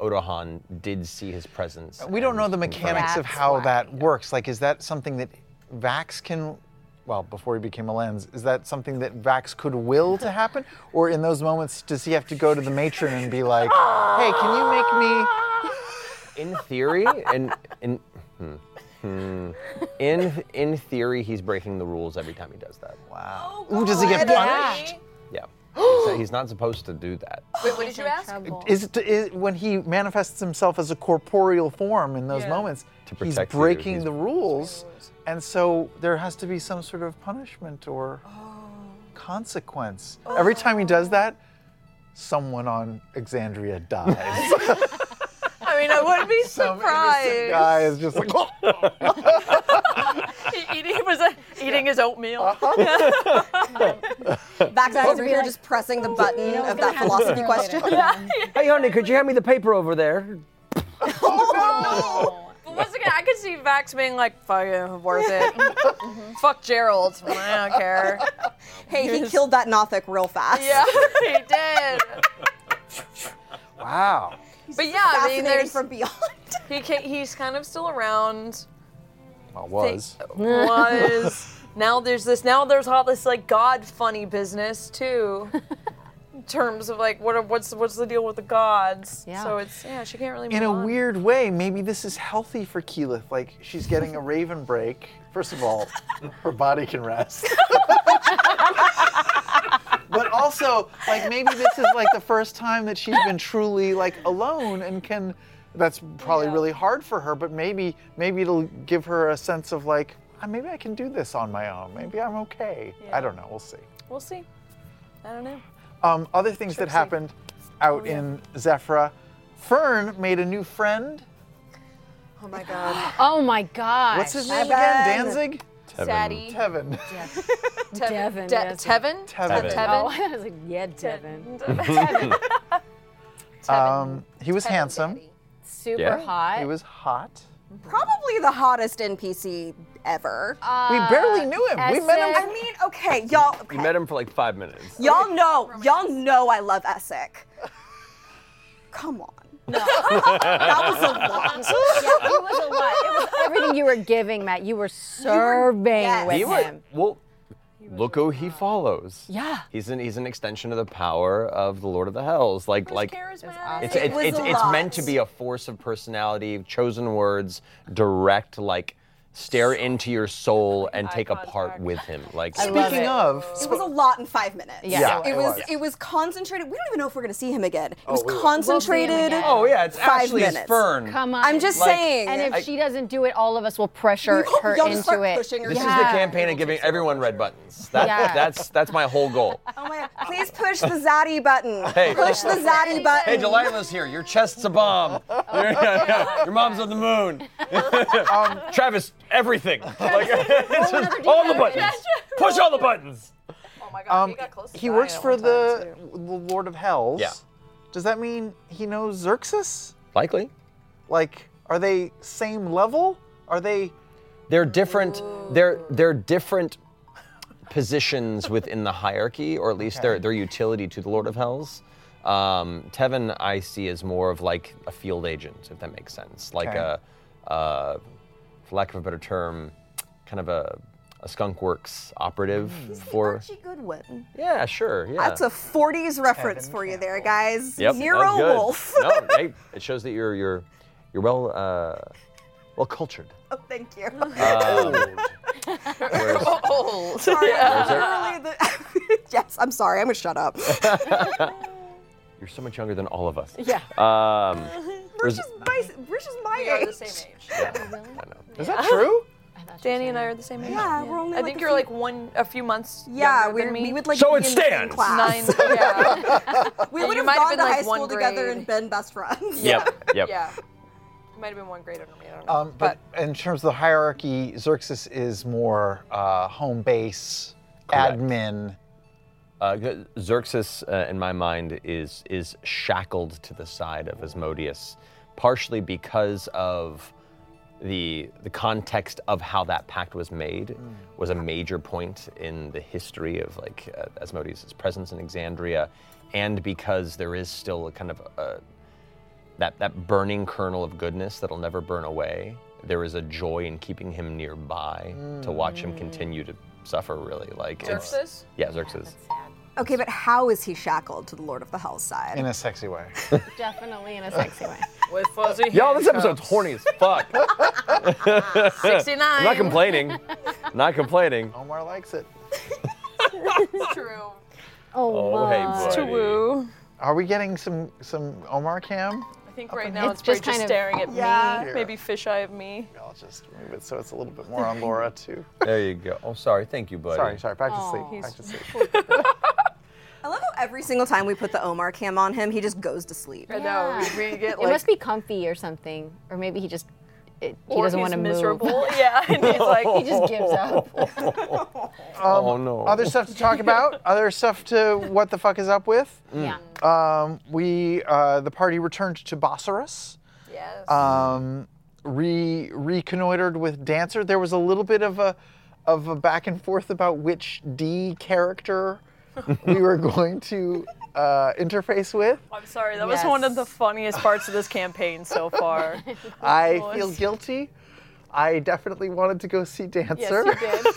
B: Odohan did see his presence.
C: We don't
B: and
C: know the
B: confirmed.
C: mechanics of
G: That's
C: how
G: why,
C: that works. Like, is that something that Vax can, well, before he became a lens, is that something that Vax could will to happen? Or in those moments, does he have to go to the matron and be like, hey, can you make me.
B: In theory, and in hmm, hmm. in in theory, he's breaking the rules every time he does that.
C: Wow. Ooh, does he get
F: God.
C: punished?
B: Yeah. He said he's not supposed to do that.
D: Wait, what did you ask?
C: Is it is, when he manifests himself as a corporeal form in those
D: Yeah.
C: moments?
B: To
C: he's
B: protect you,
C: breaking
B: he's-
C: the rules, and so there has to be some sort of punishment or consequence. Every time he does that, someone on Exandria dies.
D: I mean, I wouldn't be surprised.
C: Guy is just like,
D: He, he was uh, eating his oatmeal.
F: Uh-huh. Back's
D: Guys
F: over
D: be
F: here
D: like,
F: just pressing the button
D: know what's
F: of
D: gonna
F: that
D: happen
F: philosophy
D: sooner or
F: question.
B: Hey, honey, could you hand me the paper over there?
D: But once again, I could see Vax being like, fuck it, worth it.
F: Mm-hmm.
D: Fuck Gerald. I don't care.
F: hey, he killed that Nothic real fast.
D: Yeah, he did.
C: wow.
D: But yeah, I mean,
F: Fascinating
D: there's
F: from beyond.
D: He can, he's kind of still around.
C: Well, was.
D: Was now there's this now there's all this like god funny business too. In terms of like what are, what's what's the deal with the gods?
G: Yeah.
D: So it's yeah she can't really.
C: In
D: move
C: a
D: on.
C: weird way, maybe this is healthy for Keelith. Like she's getting a raven break. First of all, her body can rest. but also, like maybe this is like the first time that she's been truly like alone and can that's probably really hard for her, but maybe maybe it'll give her a sense of like "Ah, maybe I can do this on my own. Maybe I'm okay. I don't know. We'll see.
D: We'll see. I don't know.
C: Um, other things that happened out in Zephyra, Fern made a new friend.
F: Oh my god.
G: Oh my gosh.
C: What's his name again? Danzig?
D: Sadie.
C: Tevin.
D: Tev-
G: Devin,
D: De-
G: yes.
D: Tevin.
C: Tevin.
G: Oh,
D: Tevin.
G: I was like, yeah, Devin.
C: Um, he was handsome.
G: Super
B: Yeah.
G: hot.
C: He
D: Uh,
C: was hot.
F: Probably the hottest NPC ever.
C: we barely knew him. We met him.
F: I mean, okay, y'all.
B: You met him for like five minutes.
F: Y'all know, y'all know I love Essek. Come on. that was a lot.
G: yeah, he was a lot. It was everything you were giving, Matt. You were serving
F: yes.
G: with
B: He wa-
G: him.
B: well, look who he follows.
G: Yeah.
B: He's an he's an extension of the power of the Lord of the Hells. Like like
D: Charismatic.
B: it's it's,
F: was
B: it's,
F: a
B: it's
F: lot.
B: meant to be a force of personality, chosen words, direct like stare into your soul and take a part with him. Like
C: Speaking of,
F: It was a lot in five minutes.
G: Yeah, Yeah,
F: it
C: it
F: was.
C: was.
F: It was concentrated. We don't even know if we're gonna see him again. It was
C: we will.
F: concentrated.
B: oh yeah, it's
F: five
B: Ashley's
F: minutes.
B: Fern.
G: Come on.
F: I'm just
B: Like-
F: saying.
G: And if
B: I-
G: she doesn't do it, all of us will pressure
F: We-
G: her
F: y'all
G: into
F: just start
G: it.
F: pushing her
B: This
F: yeah.
B: is the campaign of giving everyone red buttons. That,
G: Yeah.
B: That's that's my whole goal.
F: Oh my God. Please push the zaddy button.
B: Hey.
F: Push the zaddy button.
B: Hey, Delilah's here. Your chest's a bomb. Your, your mom's on the moon. Travis, everything. Um, Like, it's just all the buttons. Push all the buttons.
D: Oh my god.
C: um,
D: he got close to
C: he
D: dying
C: works
D: at
C: for
D: one time,
C: the,
D: too.
C: the Lord of Hells.
B: Yeah.
C: Does that mean he knows Xerxes?
B: Likely.
C: Like, are they same level? Are they?
B: They're different. They're they're different positions within the hierarchy, or at least their their utility to the Lord of Hells. Um, Tevin, I see as more of like a field agent, if that makes sense. Like
C: Okay.
B: a, uh, for lack of a better term, kind of a, a skunk works operative for.
F: Archie Goodwin.
B: Yeah, sure. Yeah.
F: That's a 40s reference for you there,
B: Yep,
F: guys.
B: that was
F: Nero
B: good.
F: Wolf.
B: no, hey, it shows that you're you're you're well uh, well cultured. Um,
F: Oh, thank you.
B: Uh, Whereas-
D: Oh.
F: sorry, I'm literally the- yes, I'm sorry. I'm gonna shut up.
B: you're so much younger than all of us.
F: Yeah.
B: Um,
F: Bruce is my, Bruce is my
D: We are
F: age.
D: the same age.
C: Is
D: Uh-huh.
C: that true?
D: Danny and I are the same age.
F: Yeah, we're only.
D: I
F: like
D: think
F: a
D: you're
F: few-
D: like one, a few months.
F: Yeah,
D: younger
F: we're,
D: than me.
F: we would like
B: So
F: be
B: it
F: in the same
B: stands.
D: nine.
F: class.
D: Yeah,
F: We
D: You
F: would have
D: might have
F: gone
D: been,
F: to
D: like,
F: high
D: one
F: school together
D: grade.
F: and been best friends.
B: Yep. Yep.
D: yeah. You might have been one grade under me. I don't know.
C: Um, but, in terms of the hierarchy, Xerxes is more uh, home base,
B: Correct.
C: admin.
B: Uh, g- Xerxes, uh, in my mind, is is shackled to the side of Asmodeus, partially because of the the context of how that pact was made was a major point in the history of like uh, Asmodeus' presence in Exandria, and because there is still a kind of a, that that burning kernel of goodness that'll never burn away. There is a joy in keeping him nearby to watch him continue to suffer. Really, like it's-
D: Xerxes?
B: yeah, Xerxes.
F: Okay, but how is he shackled to the Lord of the Hell's side?
C: In a sexy way.
G: Definitely in a sexy way.
D: With fuzzy.
B: Y'all, this episode's horny as fuck. I'm
D: 69.
B: not complaining. Not complaining.
C: Omar likes it.
D: True.
G: Oh,
B: hey, buddy.
C: Are we getting some some Omar cam?
D: I think right
C: in
D: now
C: here.
D: it's,
C: It's
D: Bray
C: just
D: just,
C: kind of-
D: staring at
C: Yeah.
D: me. Maybe fisheye of me.
C: I'll just move it so it's a little bit more on Laura too.
B: There you go. Oh, sorry. Thank you, buddy.
C: Sorry, sorry. Back to sleep.
F: He's-
C: Back to sleep.
F: I love how every single time we put the Omar cam on him, he just goes to sleep.
G: Yeah. it must be comfy or something, or maybe he just it, he
F: Or
G: doesn't
F: he's
G: want to
F: miserable,
G: move.
F: yeah, and he's like-
G: he just gives up.
C: oh no. Other stuff to talk about. other stuff to what the fuck is up with.
G: Yeah.
C: Um, we uh, the party returned to Bosphorus.
D: Yes.
C: Um, re reconnoitered with Dancer. There was a little bit of a of a back and forth about which D character we were going to uh, interface with.
D: I'm sorry, that was one of the funniest parts of this campaign so far.
C: I
D: Was-
C: feel guilty. I definitely wanted to go see Dancer.
D: Yes, you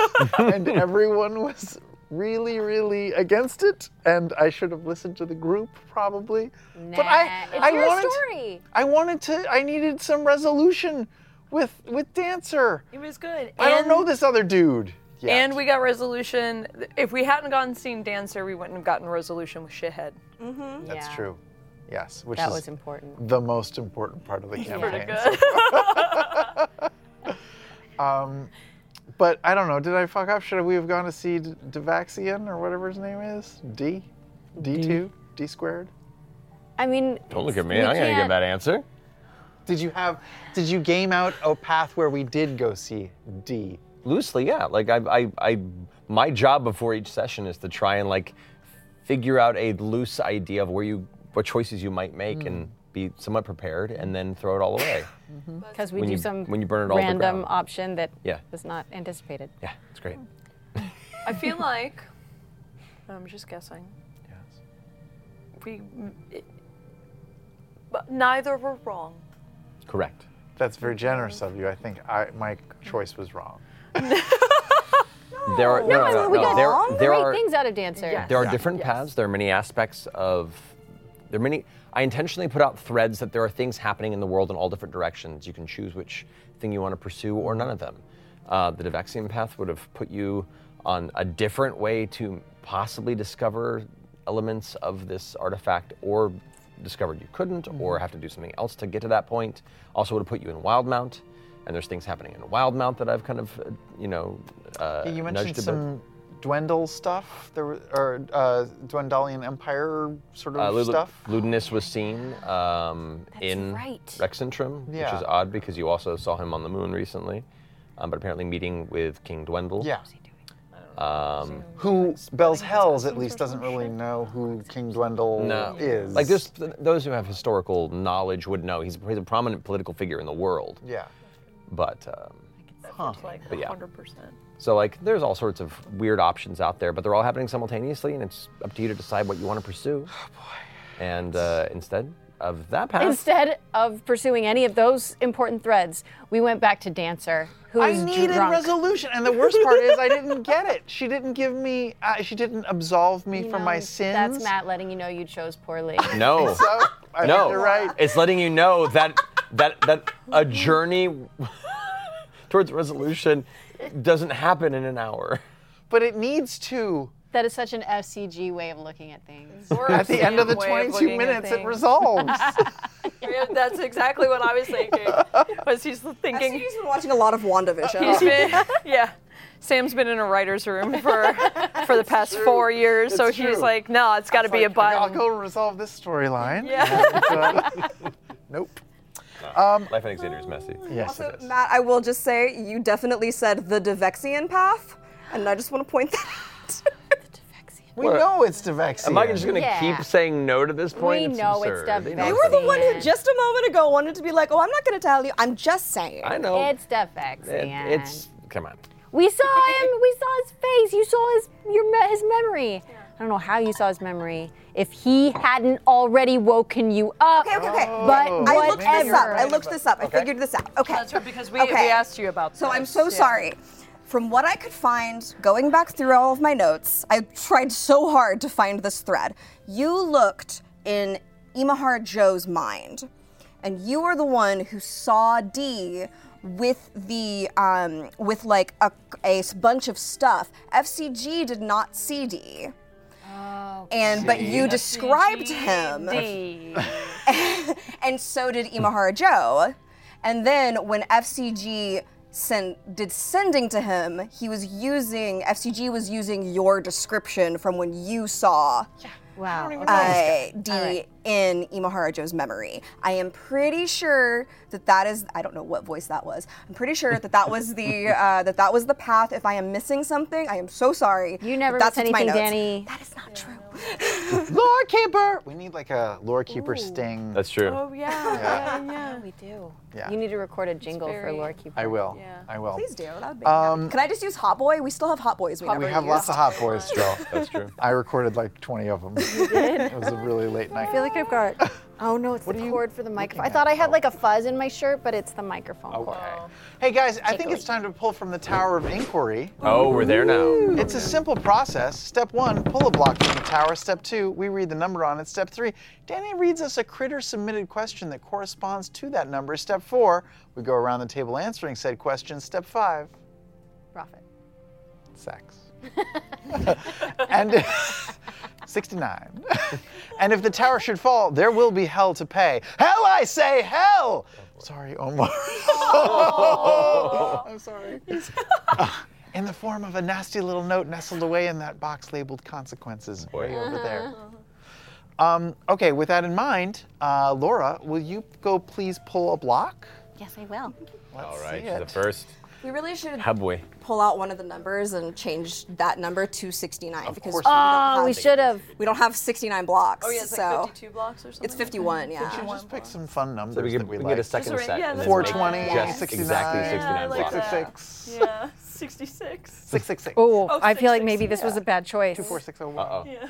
D: did.
C: and everyone was really, really against it. And I should have listened to the group probably. but I,
G: Nah, it's
C: I
G: your
C: wanted,
G: story.
C: I wanted to. I needed some resolution with with Dancer.
D: It was good.
C: I don't
D: And-
C: know this other dude. yet.
D: And we got resolution. If we hadn't gotten seen Dancer, we wouldn't have gotten resolution with Shithead. Mm-hmm.
C: That's true. Yes, which
D: That
C: is
D: was important.
C: The most important part of the campaign.
D: Pretty
C: so
D: good.
C: Um, but I don't know. Did I fuck up? Should we have gone to see D- Devaxian or whatever his name is? D, D two, D squared.
G: I mean,
B: Don't look at me. I'm gonna give that answer.
C: Did you have? Did you game out a path where we did go see D?
B: Loosely, yeah. Like I, I, I, my job before each session is to try and like figure out a loose idea of where you, what choices you might make,
G: Mm.
B: and be somewhat prepared, and then throw it all away.
G: because we
B: When
G: do
B: you-
G: some
B: when you burn it all to the
G: random
B: ground.
G: option that
B: Yeah.
G: was not anticipated.
B: yeah, it's great.
D: I feel like I'm just guessing. Yes. We, it, but neither were wrong.
B: Correct.
C: That's very generous of you. I think I, my choice was wrong.
B: There are
G: No, I mean, we got
B: there, there
G: great
B: are
G: things out of Dancer.
B: there are different paths. There are many aspects of there are many. I intentionally put out threads that there are things happening in the world in all different directions. You can choose which thing you want to pursue or none of them. Uh, the Devaxian path would have put you on a different way to possibly discover elements of this artifact or discovered you couldn't
C: Mm-hmm.
B: or have to do something else to get to that point. Also would have put you in Wildmount and there's things happening in Wildmount that I've kind of, uh, you know, uh,
C: you
B: nudged a
C: mentioned
B: bit.
C: some Dwendal stuff, there were, or uh, Dwendalian Empire sort of
B: Uh, Lud-
C: stuff.
B: Ludinus was seen um, in Rexentrum,
C: Yeah.
B: which is odd because you also saw him on the moon recently, um, but apparently meeting with King Dwendal.
C: Yeah.
B: Um,
C: Who Bell's Hells at least doesn't really know who King Dwendal
B: no.
C: is.
B: Like this, those who have historical knowledge would know. He's, he's a prominent political figure in the world.
C: Yeah.
B: But um,
D: Huh. Like
B: But yeah.
D: 100%.
B: so like there's all sorts of weird options out there, but they're all happening simultaneously, and it's up to you to decide what you want to pursue. Oh boy. And uh, instead of that path,
G: Instead of pursuing any of those important threads, we went back to Dancer, who
C: I
G: is
C: needed
G: drunk.
C: resolution, and the worst part is I didn't get it. She didn't give me. Uh, she didn't absolve me
G: You
C: from
G: know,
C: my sins.
G: That's Matt letting you know you chose poorly.
B: No.
C: So, I
B: no.
C: think you're right.
B: It's letting you know that that that a journey towards resolution doesn't happen in an hour.
C: But it needs to.
G: That is such an FCG way of looking at things.
C: At the end of the
D: way of
C: 22
D: looking at
C: minutes, it
D: things.
C: resolves.
D: Yeah, that's exactly what I was thinking. Was he's thinking?
F: He's been watching a lot of WandaVision.
D: Uh, He's been, yeah. Sam's been in a writer's room for for the past four years, so
C: It's
D: he's
C: true.
D: like, no, it's got to
C: It's
D: be a
C: like, "Okay, I'll
D: button.
C: go resolve this storyline.
D: Yeah.
C: And, uh, nope.
B: Life on Xander is messy.
C: Yes,
F: also, Matt, I will just say you definitely said the Devexian path, and I just want to point that out.
C: We know it's Devexian.
B: Am I just gonna
F: Yeah.
B: keep saying no to this point?
F: We
B: It's
F: know it's
B: absurd. They know
F: You were the one who
B: Devaxian.
F: just a moment ago wanted to be like, oh, I'm not going to tell you. I'm just saying.
B: I
G: Oh.
B: know. It's
G: Devex.
B: It- it's come on.
G: We saw him. We saw his face. You saw his your me- his memory. I don't know how you saw his memory. If he hadn't already woken you up.
F: Okay, okay, okay.
G: But
F: I
G: whatever.
F: looked this up. I looked this up. I figured this out. Okay.
D: That's right, because we- we asked you about
F: So I'm
D: this,
F: so
D: yeah.
F: sorry. From what I could find, going back through all of my notes, I tried so hard to find this thread. You looked in Imahar Joe's mind, and you were the one who saw D with the um, with like a, a bunch of stuff. FCG did not see D.
D: Oh,
F: and but you
I: See?
F: described him, and so did Imahara Joe. And then when FCG sent did sending to him, he was using FCG was using your description from when you saw
G: Wow.
F: uh, D in Imahara Joe's memory. I am pretty sure that that is. I don't know what voice that was. I'm pretty sure that that was the uh, that that was the path. If I am missing something, I am so sorry. You
G: never
F: that's
G: miss
F: what's my
G: anything, Danny.
F: notes. That is not true.
C: Lore keeper. We need like a lore keeper sting.
B: That's true.
D: Oh yeah,
C: Yeah.
D: yeah, yeah.
G: We do.
C: Yeah.
G: You need to record a jingle for
D: very-
G: Lore Keeper.
C: I will. I will.
F: Please do. That would be.
C: Um,
F: Can I just use Hot Boy? We still have Hot Boys. We,
C: we
F: never
C: have
F: use.
C: lots of hot boys still.
B: That's true.
C: I recorded like 20 of them. it was a really late night.
G: I feel like I've got. Oh no, it's the cord for the microphone. I thought I
F: Oh.
G: had like a fuzz in my shirt, but it's the microphone cord.
C: Hey guys, I think it's time to pull from the Tower of Inquiry.
B: Oh, we're there now.
C: It's a simple process. Step one, pull a block from the tower. Step two, we read the number on it. Step three, Danny reads us a critter submitted question that corresponds to that number. Step four, we go around the table answering said question. Step five,
G: Profit.
C: sex. and 69. and if the tower should fall, there will be hell to pay. Hell, I say, hell! Sorry, Omar. I'm sorry. in the form of a nasty little note nestled away in that box labeled consequences way over there. Um, okay, with that in mind, uh, Laura, will you go please pull a block?
G: Yes, I will.
C: Let's
B: All right,
C: see it.
B: the first
F: We really should
B: Habway.
F: pull out one of the numbers and change that number to 69 because
C: course
F: we, don't
G: Oh,
F: have,
G: we should have.
F: we don't have 69 blocks.
D: Oh yeah, it's
F: so
D: like 52 blocks or something.
F: it's 51. Yeah.
C: Should just pick some fun numbers
B: So we
C: that
B: can
C: we,
B: we
C: like.
B: get a second
D: Just a-
B: set.
D: yeah,
B: and
D: that's
B: then
D: fine.
B: make
C: 420,
B: Just
C: 69,
B: exactly 69
D: Yeah, I like
B: blocks.
D: that.
C: 66.
D: Yeah, 66.
C: 666.
G: Oh,
D: Oh,
G: I feel like
D: six,
G: maybe
D: six,
G: this was a bad choice.
C: 4601.
B: Uh-oh.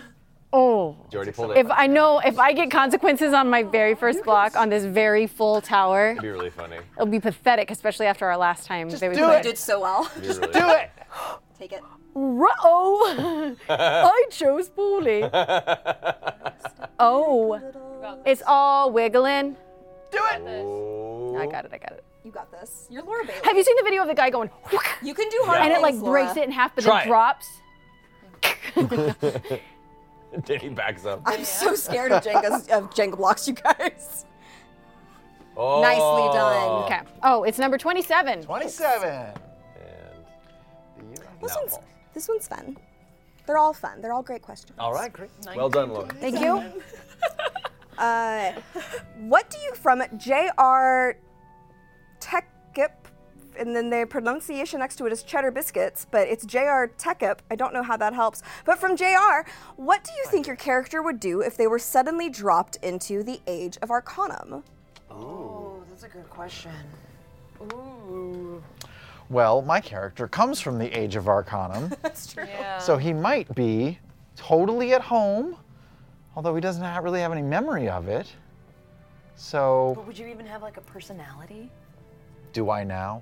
G: Oh.
B: You already pulled it.
G: If I know if I get consequences on my very first block on this very full tower,
B: It'd be really funny. It'd
G: it'll be pathetic, especially after our last time. Just
C: do
F: You
C: it.
F: did so well.
B: be really
C: Do it!
F: Take it.
G: oh I chose bully. oh. It's all wiggling.
C: Do it!
G: I got it, I got it.
F: You got this. You're Laura Bailey.
G: Have you seen the video of the guy going
F: You can do hard
G: and it
F: things,
G: like
F: Laura.
G: breaks it in half but
B: Try
G: then
B: it.
G: drops?
B: Danny backs up.
F: I'm so scared of Jenga of Jenga blocks, you guys.
B: Oh.
F: Nicely done.
G: Okay. Oh, it's number 27.
C: 27.
B: And
F: This
B: now
F: one's
B: Paul.
F: this one's fun. They're all fun. They're all great questions.
B: All right, great. Well done, Laura.
G: Thank you.
F: Uh, what do you from J.R. Tekip, and then the pronunciation next to it is cheddar biscuits, but it's J.R. Tekip. I don't know how that helps. But from J.R., what do you think your character would do if they were suddenly dropped into the age of Arcanum?
D: Oh, that's a good question. Ooh.
C: Well, my character comes from the Age of Arcanum,
F: That's true.
D: Yeah.
C: so he might be totally at home, although he doesn't ha- really have any memory of it. So,
D: But would you even have like a personality?
C: do I now?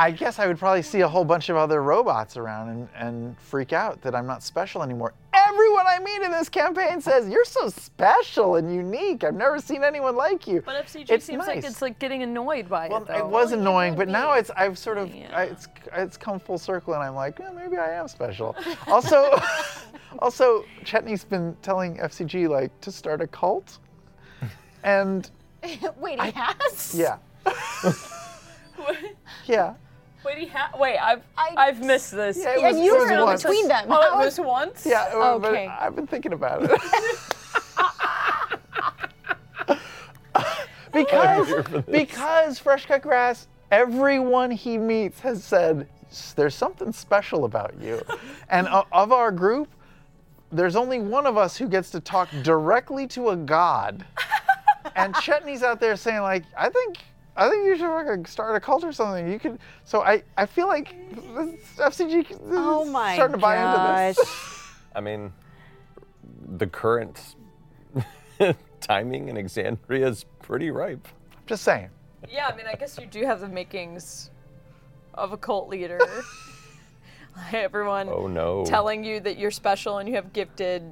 C: I guess I would probably see a whole bunch of other robots around and, and freak out that I'm not special anymore. Everyone I meet in this campaign says, You're so special and unique. I've never seen anyone like you.
D: But FCG
C: It's
D: seems like
C: nice.
D: it's like getting annoyed by
C: Well,
D: it.
C: Um, it
D: though.
C: was annoying, but now it's I've sort of I,
D: Yeah.
C: it's it's come full circle, and I'm like, yeah, maybe I am special. Also, also, Chetney's been telling FCG like to start a cult, and
G: Wait, he has?
C: yeah, yeah,
D: Wait, he ha- wait, I've
G: I-
D: I've missed this.
C: Yeah, it was-
G: And you
C: it was
G: were in
C: once.
G: between them.
D: Oh,
G: How-
D: it was once.
C: yeah. uh, but
G: Okay.
C: I've been thinking about it. because because fresh cut grass, everyone he meets has said "S- there's something special about you, and o- of our group, there's only one of us who gets to talk directly to a god, and Chetney's out there saying like I think. I think you should fucking start a cult or something. You could. So I, I feel like this FCG is
G: Oh my
C: starting to buy into this.
B: I mean, the current timing in Exandria is pretty ripe.
C: Just saying.
D: Yeah, I mean, I guess you do have the makings of a cult leader. Everyone
B: Oh no.
D: telling you that you're special and you have gifted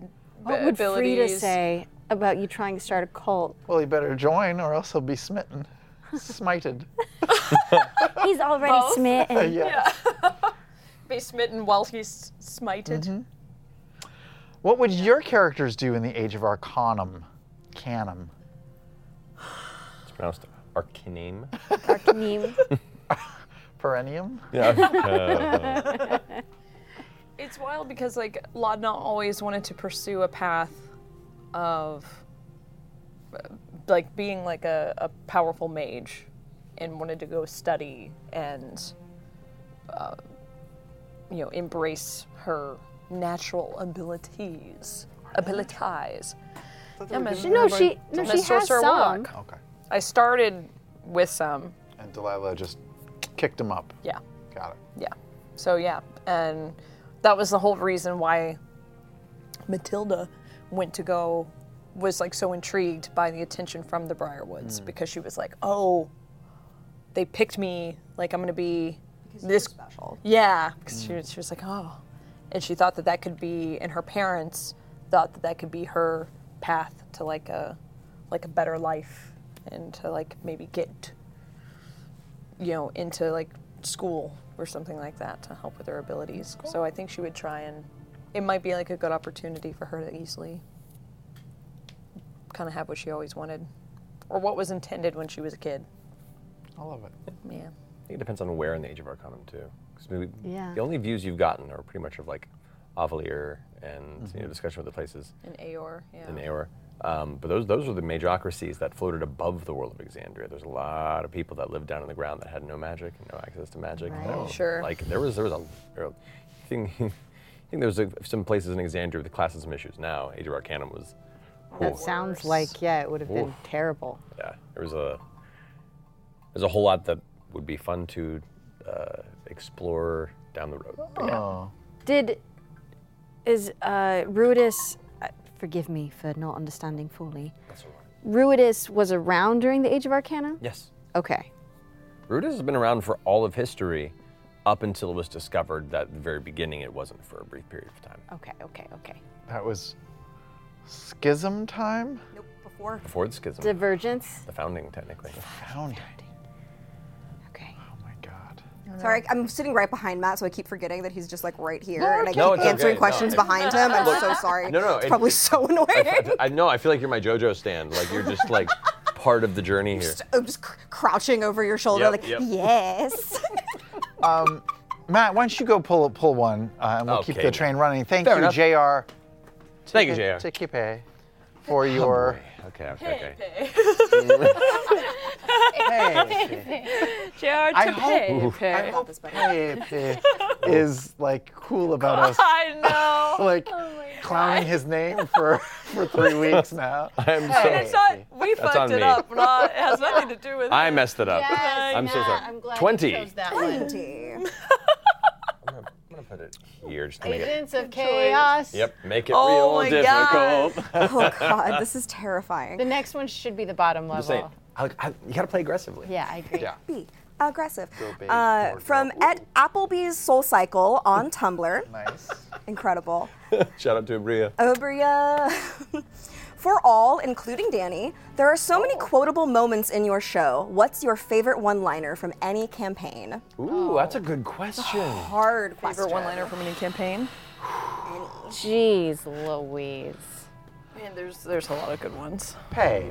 G: What would
D: abilities.
G: Frida say about you trying to start a cult?
C: Well, he better join or else he'll be smitten. smited.
H: He's already
D: Both?
H: smitten.
C: Yeah.
D: Be smitten while he's smited.
C: What would your characters do in the age of Arcanum? Canum.
B: It's pronounced Arcaname.
C: Perennium?
B: Uh, Yeah.
D: It's wild because like Laudna always wanted to pursue a path of uh, like being like a, a powerful mage and wanted to go study and uh, you know embrace her natural abilities abilities
I: thought they
D: Yeah,
I: were
D: man.
I: giving No, her, she- like,
H: no,
D: Miss
H: she has
D: Sorcerer
H: some.
D: Walk. I started with some
C: And Delilah just kicked him up.
D: yeah
C: Got it.
D: yeah. So yeah, and that was the whole reason why Matilda went to go was like so intrigued by the attention from the Briarwoods because she was like, "Oh, they picked me. Like I'm gonna be this special." Yeah, 'cause she, was- she was like, "Oh," and she thought that that could be, and her parents thought that that could be her path to like a like a better life and to like maybe get you know, into like school or something like that to help with her abilities. So I think she would try and it might be like a good opportunity for her to easily kind of have what she always wanted or what was intended when she was a kid.
C: I love it.
D: Yeah.
B: I think it depends on where in the Age of Arcanum too. 'Cause we-
D: Yeah.
B: The only views you've gotten are pretty much of like Avalier and you know,
D: Mhm.
B: discussion of the places
D: And Aor, yeah.
B: in Aor. Um, but those those were the majocracies that floated above the world of Exandria. There's a lot of people that lived down on the ground that had no magic, and no access to magic.
D: Right.
B: no-
D: Sure.
B: Like there was there was a there- I think I think there was a, some places in Exandria with classes some issues. Now Age of Arcanum was
J: That sounds like yeah, it would have been
B: Oof.
J: terrible.
B: yeah, there was a there's a whole lot that would be fun to uh, explore down the road.
J: Oh.
B: But yeah.
C: Oh,
H: Did is uh, Ruidus? Uh, forgive me for not understanding fully.
J: Ruidus was around during the Age of Arcana.
B: Yes,
J: Okay.
B: Rudis has been around for all of history, up until it was discovered that at the very beginning it wasn't for a brief period of time.
J: Okay. Okay. Okay.
C: That was schism time?
F: Nope, before.
B: Before the schism.
J: Divergence.
B: The founding, technically.
C: Founding. Oh
F: Sorry, I'm sitting right behind Matt, so I keep forgetting that he's just like right here,
B: No,
F: and I
B: it's
F: keep
B: okay. No, it's
F: answering
B: okay. No,
F: questions
B: it's-
F: behind him. I'm
B: Look,
F: so sorry.
B: No, no,
F: it's
B: it-
F: probably so annoying.
B: I, I know. I feel like you're my JoJo stand. Like you're just like part of the journey here.
F: I'm just cr- crouching over your shoulder,
B: Yep,
F: like
B: yep.
F: yes.
C: Um, Matt, why don't you go pull pull one, uh, and we'll keep
B: Okay,
C: the train running. Thank
B: Fair
C: you,
B: enough.
C: Jr.
B: Thank you,
C: Take-
B: JR.
C: Take your pay for your.
B: okay, okay,
D: okay.
C: I hope, I hope pay, pay is like cool about us.
D: I know.
C: like clowning his name for for three weeks now.
B: I'm
D: And it's not, we
B: That's
D: fucked
B: on
D: it
B: me.
D: up. Not, it has nothing to do with
B: I messed it up. I'm so sorry. Twenty. I'm gonna put it here just to make it.
J: Agents of Chaos.
B: Yep, make it
J: Oh
B: real
J: my God.
B: difficult.
F: Oh,
J: is terrifying. The next one should be the bottom
B: I'm just saying,
J: level.
B: I, I, you gotta play aggressively.
J: Yeah, I agree.
F: Be aggressive.
B: Go big
F: Uh, from at Applebee's Soul Cycle on Tumblr.
C: Nice.
F: Incredible.
B: Shout out to Abria.
J: Oh.
F: Obria. For all, including Danny, there are so many
B: Oh.
F: quotable moments in your show. What's your favorite one-liner from any campaign?
B: Ooh, that's a good question.
J: Oh.
F: Hard question.
D: Favorite one-liner from any campaign?
J: Jeez, Louise.
D: Man, there's there's a lot of good ones.
C: Pay.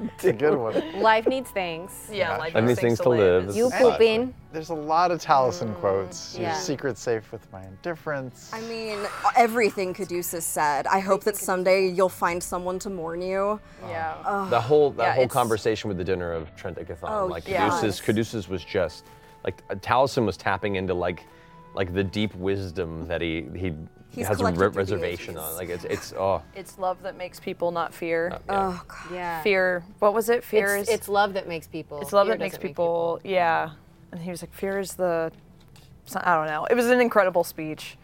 C: It's a good one.
J: Life needs things.
D: Yeah,
C: life needs things to live is
J: You
C: the plot.
J: pooping.
C: There's a lot of
D: Mm,
C: Taliesin quotes.
F: yeah.
C: Your secret's safe with my indifference.
F: I mean, everything Caduceus said. I hope that someday you'll find someone to mourn you.
D: Yeah.
B: That whold. whole that
F: Yeah,
B: whole
F: it's-
B: conversation with the dinner of Trent Icathan,
F: Oh,
B: like
F: yes.
B: Caduceus, Caduceus was just like uh, Taliesin was tapping into like like the deep wisdom that he he
D: He's
B: has a
D: collected
B: re-
D: through the
B: reservation on. Like it's it's oh
D: It's love that makes people not fear.
B: yeah.
F: Oh,
D: God.
C: Uh,
J: Yeah.
D: Fear. What was it? Fear
J: It's,
D: is.
J: it's love that makes people.
D: It's love
J: Fear
D: that makes
J: doesn't make
D: people, Yeah. And he was like, fear is the. so- I don't know. It was an incredible speech.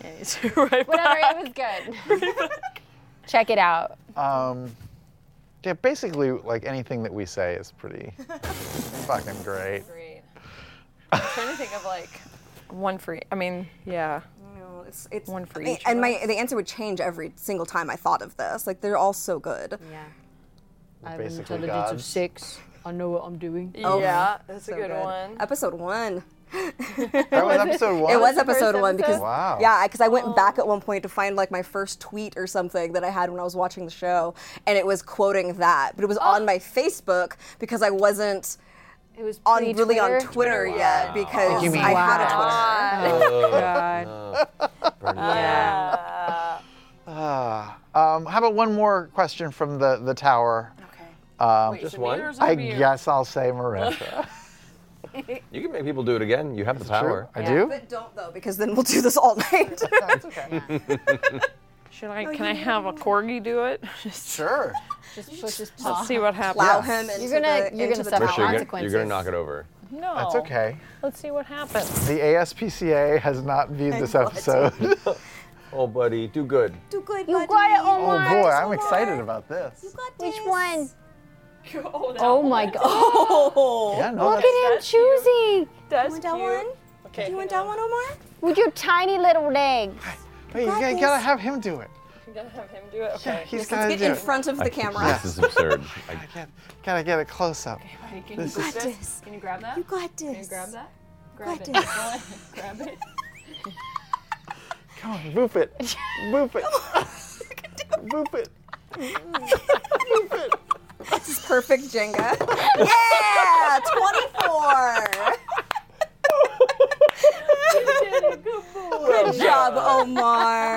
D: And he's right
J: Whatever,
D: back.
J: it was good. Check it out.
C: Um, yeah, basically, like anything that we say is pretty fucking great.
D: Great. I'm trying to think of like one for. I mean, yeah.
F: No, it's, it's
D: one for
F: I mean,
D: each.
F: and
D: of
F: my
D: us.
F: the answer would change every single time I thought of this. Like they're all so good.
J: Yeah.
C: We're
G: I have an
C: basically
G: intelligence of
C: gods.
G: six. I know what I'm doing.
C: Oh,
F: man, so Episode one.
C: That was episode one.
F: It was episode one because
C: wow.
F: yeah, because I went back at one point to find like my first tweet or something that I had when I was watching the show, and it was quoting that, but it was on my Facebook because I wasn't.
G: It was
F: on really on
G: pre-Twitter?
F: Twitter yet because
G: you mean-
F: I had a
G: Wow.
B: Uh,
F: Twitter.
G: Oh,
C: God. Ah, um, how about one more question from the, the tower? Okay. Um,
B: Wait, Just is it me one? or is it
C: I
B: you?
C: guess I'll say Marissa.
B: You can make people do it again. You have the power.
C: I do?
F: But don't though, because then we'll do this all night.
K: Should I?
F: No,
K: can
F: you
K: I have a corgi do it?
C: sure.
K: Just
G: push his paw.
K: Let's see what happens.
G: Plow him You're into gonna- the- you're into gonna the suffer
B: Marcia, you're gonna, you're gonna knock it over.
K: No.
C: That's okay.
K: Let's see what happens.
C: The ASPCA has not viewed this episode.
B: Oh, buddy, do good.
F: Do good,
J: You got it,
C: Oh
J: Omar.
C: boy, I'm excited about this.
J: Which one?
G: Oh my god. Oh.
C: Yeah, no,
J: Look
C: that's-
J: at him choosing.
K: That's
J: you down one?
F: Okay. You went down one, Omar?
J: With your tiny little legs.
C: Hey, you
J: got
C: gotta,
J: this.
C: gotta have him do it.
K: You gotta have him do it.
C: Yeah,
K: Okay.
C: he's gotta do it.
B: I- This is absurd. I,
C: Gotta get- Gotta get a close up.
K: Buddy, can
C: This
K: you
C: is-
K: grab this? Can you grab that? You got this. Can you grab that? Grab
J: got
K: it.
J: this.
K: Go ahead, grab it.
C: Come on, boop it. Boop it. boop it.
F: This is perfect Jenga. yeah, 24. Good job, Omar.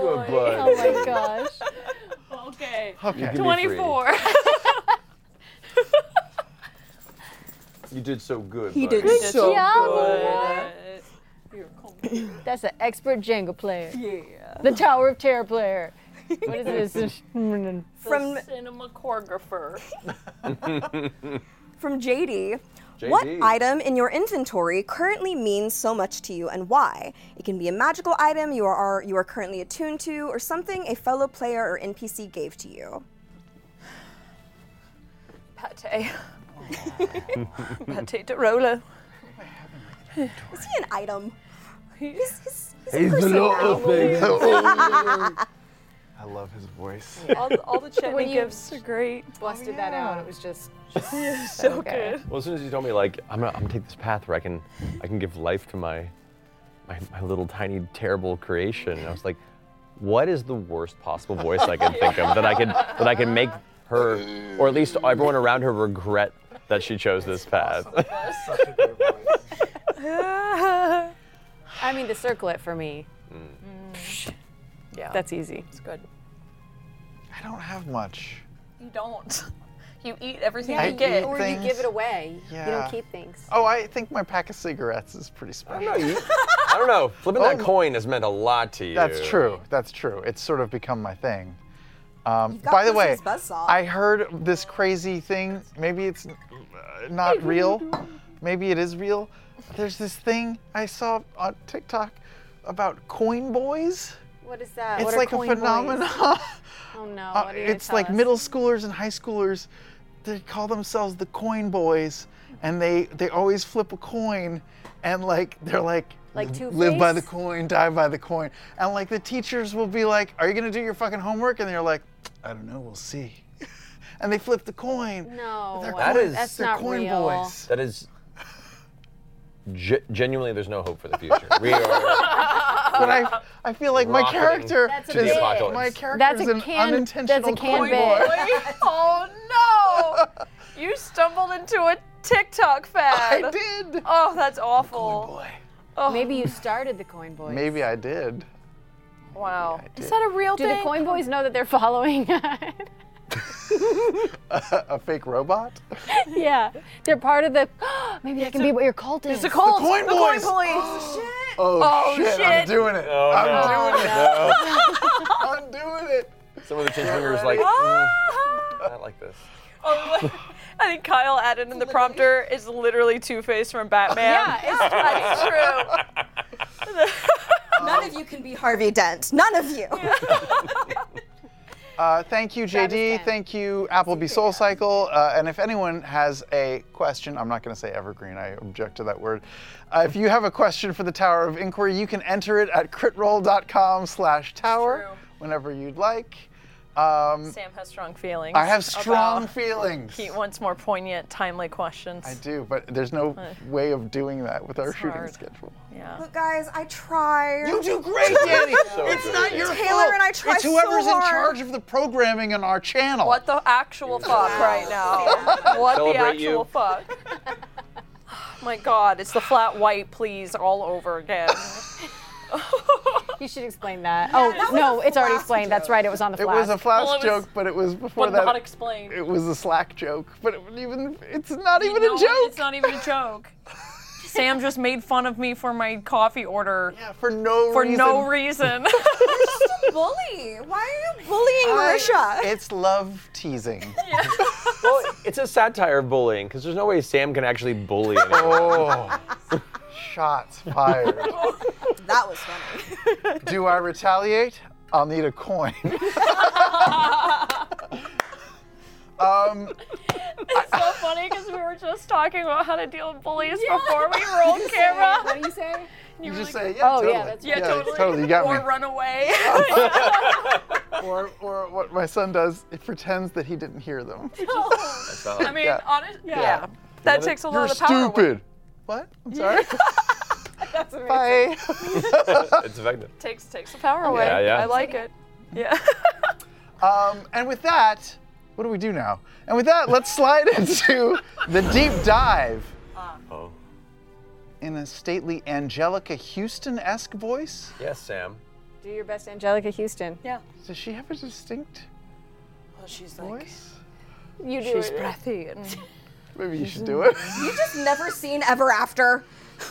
B: Good boy.
K: Oh my gosh. Okay.
B: You can be free.
K: 24.
B: You did so good.
G: He
B: buddy.
G: did Good so job,
K: good.
G: That's an expert Jenga player. Yeah. The Tower of Terror player. What is this?
F: From-
K: the cinematographer.
F: From JD. What
K: JD.
F: item in your inventory currently means so much to you and why? It can be a magical item you are you are currently attuned to or something a fellow player or NPC gave to you.
K: Pate. Pate de Rolo.
F: Is he an item? He's, he's,
C: He's
F: he's, a
C: a
F: person
C: little
F: now.
C: thing.
F: Little
C: I love his voice.
K: All, the- all the chat
G: When
K: he
G: you
K: gives are great.
G: Busted that out. It was just,
K: so good.
B: Well, as soon as you told me, like, I'm gonna, I'm gonna take this path where I can, I can give life to my, my, my little tiny terrible creation. And I was like, what is the worst possible voice I can think of that I could, that I can make her, or at least everyone around her regret that she chose this path.
G: I mean, the circlet for me. Mm.
K: Yeah.
G: That's easy.
K: It's good.
C: I don't have much.
K: You don't. You eat everything
C: Yeah,
K: you
C: you
K: get.
C: eat Or you things. give it
G: away.
C: You don't Yeah. keep
G: things.
C: Oh, I think my pack of cigarettes is pretty special.
B: I don't know. Flipping that
C: Oh.
B: coin has meant a lot to you.
C: That's true. That's true. It's sort of become my thing. Um,
F: got
C: by the way,
F: Wilson's buzzsaw.
C: I heard this crazy thing. Maybe it's uh, not real. Maybe it is real. There's this thing I saw on TikTok about coin boys.
G: What is that?
C: It's
G: What are
C: like a
G: coin boys?
C: phenomenon.
G: Oh no.
C: Uh,
G: what are you gonna
C: it's
G: tell
C: like
G: us?
C: middle schoolers and high schoolers. They call themselves the coin boys, and they they always flip a coin, and like they're like.
G: Like
C: "Live- live by the
G: Two-Face?
C: coin, die by the coin, and like the teachers will be like, "Are you gonna do your fucking homework?" And they're like, "I don't know, we'll see." and they flip the coin.
G: No.
C: They're
B: That
C: coin-
B: is-
G: That's
C: they're
G: not
C: coin
G: real.
C: boys.
B: That is. Ge- genuinely, there's no hope for the future. We are.
C: But I, I feel like my
B: Rocketing
C: character
B: That's a
C: is
B: bit.
C: my character
G: That's
C: is
G: a
C: an
G: can-
C: unintentional
G: that's a can
C: coin
G: bit.
C: boy.
K: oh no! You stumbled into a TikTok fad.
C: I did.
K: Oh, that's awful. Oh.
G: Maybe you started the coin boys.
C: Maybe I did.
K: Wow.
C: Is
K: that a real
G: Do
K: thing?
G: the coin boys know that they're following?
C: a, a fake robot?
G: yeah. They're part of the. Maybe that can be what your cult is.
K: It's a cult.
C: The coin
K: the
C: boys.
K: coin boys.
C: Oh,
K: Oh,
C: shit, I'm
K: shit.
C: doing it.
B: Oh,
C: I'm
B: no.
C: doing
B: No.
C: I'm doing it.
B: Some of the change fingers like, mm, not like this.
K: Oh, what- I think Kyle added in the prompter is literally Two Face from Batman.
F: Yeah, it's
K: that's true.
F: None of you can be Harvey Dent. None of you.
C: Uh, thank you, JD. Thank you, Applebee Soul Cycle. Uh, and if anyone has a question, I'm not going to say evergreen, I object to that word. Uh, if you have a question for the Tower of Inquiry, you can enter it at critroll.com slash tower whenever you'd like. Um,
D: Sam has strong feelings.
C: I have strong
D: about-
C: feelings.
D: He wants more poignant, timely questions.
C: I do, but there's no
D: Uh,
C: way of doing that with our
D: it's
C: shooting
D: hard.
C: schedule.
D: Yeah.
F: Look, guys, I try.
C: You do great, Danny. it's not your
F: Taylor
C: fault.
F: and I try
C: It's whoever's
F: so
C: in
F: hard.
C: charge of the programming on our channel.
D: What the actual fuck right now? What the
C: Celebrate
D: actual
C: you.
D: fuck? Oh My God, it's the flat white please all over again.
G: you should explain that.
D: Yeah,
G: oh
D: that was
G: no, it's already explained. That's right. It was on the
C: It
G: flask.
C: was a flash
D: Well, it was-
C: joke, but it was before
D: but
C: that.
D: not explained.
C: It was a slack joke, but it, even it's not
D: You
C: even
D: know
C: a
D: what?
C: joke.
D: It's not even a joke. Sam just made fun of me for my coffee order. Yeah,
C: for no
D: for no
C: reason.
D: reason.
F: Bully. Why are you bullying
C: I-
F: Marisha?
C: It's love teasing.
B: well, it's a satire of bullying because there's no way Sam can actually bully anyone.
C: Oh, shots fired.
F: that was funny.
C: Do I retaliate? I'll need a coin. um,
K: It's so funny because we were just talking about how to deal with bullies
D: Yeah.
K: before we were on
D: You say,
K: camera.
D: what do you
K: say?
C: you just say, Oh, yeah,
G: Oh,
C: totally.
K: yeah, totally.
C: You got
D: or
C: me.
D: run away.
C: Or, or what my son does, he pretends that he didn't hear them.
D: I mean,
C: Yeah.
D: honest, yeah.
C: Yeah.
D: That takes a lot
C: You're
D: of the power. away.
C: stupid. What? I'm sorry.
D: That's
C: Bye.
B: it's effective.
D: takes takes the power away.
C: Yeah, yeah.
D: I like it. Yeah.
C: Um, and with that, what do we do now? And with that, let's slide into the deep dive.
B: Oh.
C: In a stately Angelica Houston esque voice?
B: Yes, Sam.
G: Do your best, Angelica Houston.
D: Yeah.
C: Does she have a distinct
D: Well, she's
C: voice?
G: You
D: do She's it. breathy and
C: Maybe you should do it.
F: You just never seen Ever After.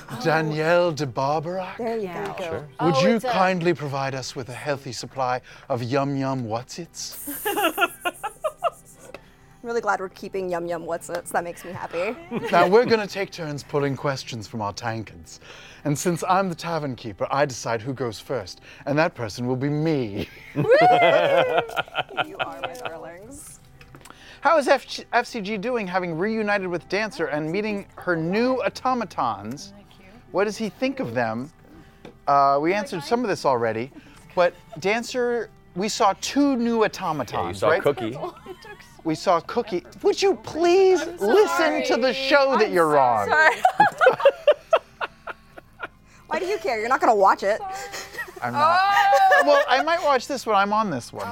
C: Danielle de Barbarac.
F: There you go. Oh,
C: Would you kindly provide us with a healthy supply of yum yum what's its?
F: I'm really glad we're keeping Yum Yum What's It. That makes me happy.
C: now we're going to take turns pulling questions from our tankards, and since I'm the tavern keeper, I decide who goes first, and that person will be me.
F: you are my darlings.
C: How is F- FCG doing having reunited with Dancer and meeting her new automatons? What does he think of them? Uh, we answered some of this already, but Dancer, we saw two new automatons,
B: Yeah, you saw
C: right?
B: Cookie.
C: We saw Cookie. Would you please listen to the show that you're on?
F: Why do you care? You're not gonna watch it.
C: I'm not. Well, I might watch this when I'm on this one.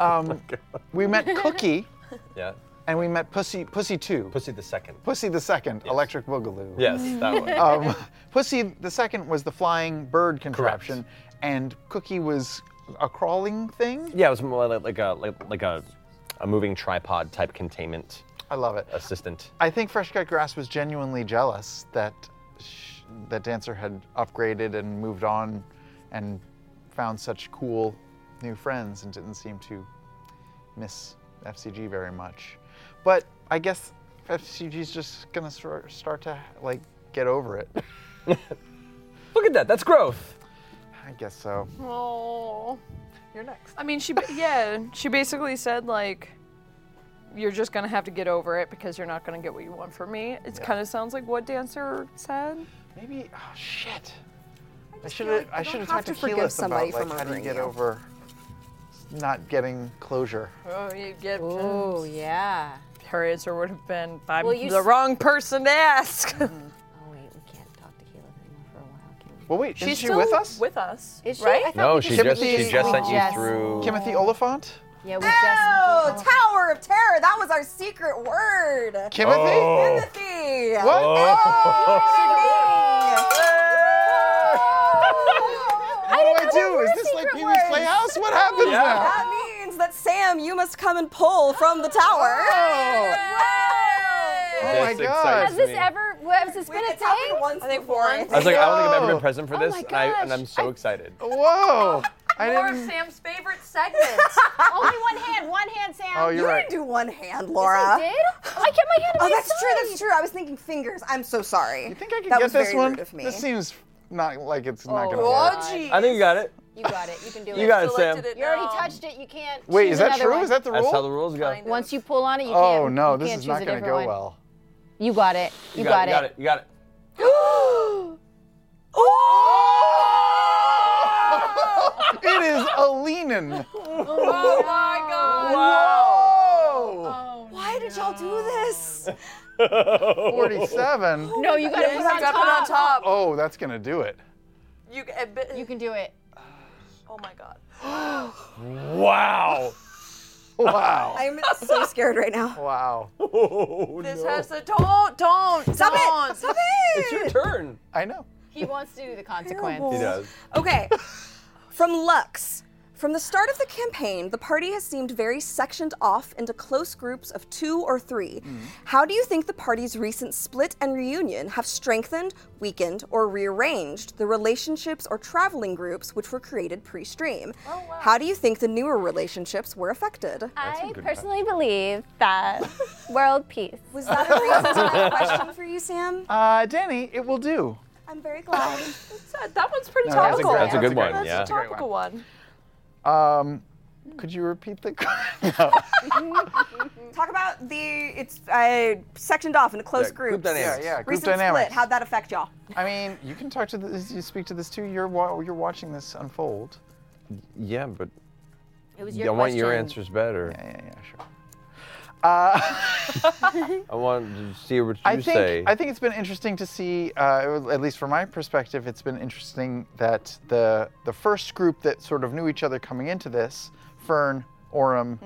B: Oh
C: um, we met Cookie
B: Yeah.
C: and we met Pussy Pussy Two.
B: Pussy the second.
C: Pussy the second, Electric Boogaloo.
B: Yes, that one.
C: Um, Pussy the second was the flying bird contraption, and Cookie was a crawling thing.
B: Yeah, it was more like, like a like, like a a moving tripod type containment
C: I love it.
B: assistant.
C: I think Fresh Cut Grass was genuinely jealous that sh- that dancer had upgraded and moved on, and found such cool new friends, and didn't seem to miss FCG very much. But I guess FCG's just gonna sor- start to like get over it.
B: Look at that. That's growth.
C: I guess so.
D: Oh. You're next. I mean, she ba- yeah, she basically said like you're just going to have to get over it because you're not going to get what you want from me. It
C: Yeah.
D: kind of sounds like what Dancer said.
C: Maybe oh shit. I should
D: feel
C: have
D: like
C: I
D: you
C: should
D: don't
C: have talked to
D: have to forgive
C: Keyleth
D: somebody
C: about like
D: for
C: how do you
D: murdering
C: get
D: you.
C: over not getting closure.
D: Oh, you get
G: Oh yeah.
D: Her answer would have been, I'm
G: Well, you
D: the
G: s-
D: wrong person to ask.
G: Oh,
C: Well, wait,
D: She's
C: is she
D: still
C: with us?
D: With us.
G: Is she?
D: Right?
B: No, she just she just sent you through.
C: Timothy Oliphant.
G: Yeah, we
F: Oh, Tower of Terror. That was our secret word.
C: Kimothy? Oh.
F: Timothy.
C: What?
B: Oh.
C: Oh.
F: What
C: do I do? Is this like Pee Wee's Playhouse? What happens Yeah. now?
F: That means that Sam, you must come and pull from the tower.
C: Oh my
B: This
C: god.
B: excites
J: Has this
B: me.
J: ever? Has this been a thing?
F: Once I think once.
B: I was like, I don't think I've ever
C: No.
B: been present for this, and, Oh I, and I'm so excited.
C: Whoa. I
J: More
C: didn't.
J: Sam's favorite segment. Only one hand. One hand, Sam.
C: Oh, you're You right. didn't
F: do one hand,
J: Yes, I
F: Laura.
J: did. I kept my hand.
F: Oh, that's true. That's true. I was thinking fingers. I'm so sorry. You think I
C: You
F: could
C: get
F: that was
C: this
F: very
C: one?
F: rude of me.
C: This seems not like it's not
F: Oh,
C: gonna
F: God.
C: work.
F: Jeez.
B: I think you got it.
G: You got it. You can do
B: You
G: it.
B: got it, Selected Sam.
G: You already touched it. You can't.
C: Wait,
G: choose
C: is that
G: another
C: true?
G: one.
C: Is that the rule?
B: That's how the rules go.
G: Once you pull on it, you can't.
C: oh no,
G: you
C: this
G: can't
C: is
G: choose
C: not
G: a
C: gonna
G: different one.
C: go well.
G: You got it. You, got,
B: You got it. You got it.
C: it is a leanin'.
K: Oh my god.
C: Whoa!
F: Why did y'all do this?
C: 47.
K: No, you gotta put it on
D: gotta put it on top.
C: Oh, that's gonna do it.
D: You, a bit-
K: You can do it.
D: Oh my god.
C: Wow. wow.
F: I'm so scared right now.
C: Wow.
D: this has the don't, don't,
F: Stop
D: don't.
F: it! Stop it!
B: turn.
C: I know.
J: He wants to do the consequence.
F: He does. Okay. From Lux. From the start of the campaign, the party has seemed very sectioned off into close groups of two or three.
C: Hmm.
F: How do you think the party's recent split and reunion have strengthened, weakened, or rearranged the relationships or traveling groups which were created pre stream?
C: Oh,
F: How do you think the newer relationships were affected?
C: Uh,
J: I personally believe that world peace.
F: Was that a reason to that question for you, Sam?
C: Uh, Danny, it will do.
F: I'm very glad.
D: that one's pretty
C: No, that's a
D: topical.
C: great- that's a good one,
D: That's
C: yeah.
D: a topical one.
C: Um, could you repeat the?
F: Talk about the it's uh, sectioned off into close
C: Yeah, group
F: groups.
C: dynamics. Yeah, yeah, group
F: Recent
C: dynamics.
F: split. How'd that affect y'all?
C: I mean, you can talk to this. You speak to this too. You're wa- you're watching this unfold.
B: Yeah, but
G: It was
B: I want your answers better.
C: Yeah, yeah, yeah, sure. Uh,
B: I want to see what you
C: I think
B: say.
C: I think it's been interesting to see, uh, at least from my perspective, it's been interesting that the the first group that sort of knew each other coming into this, Fern, Orem,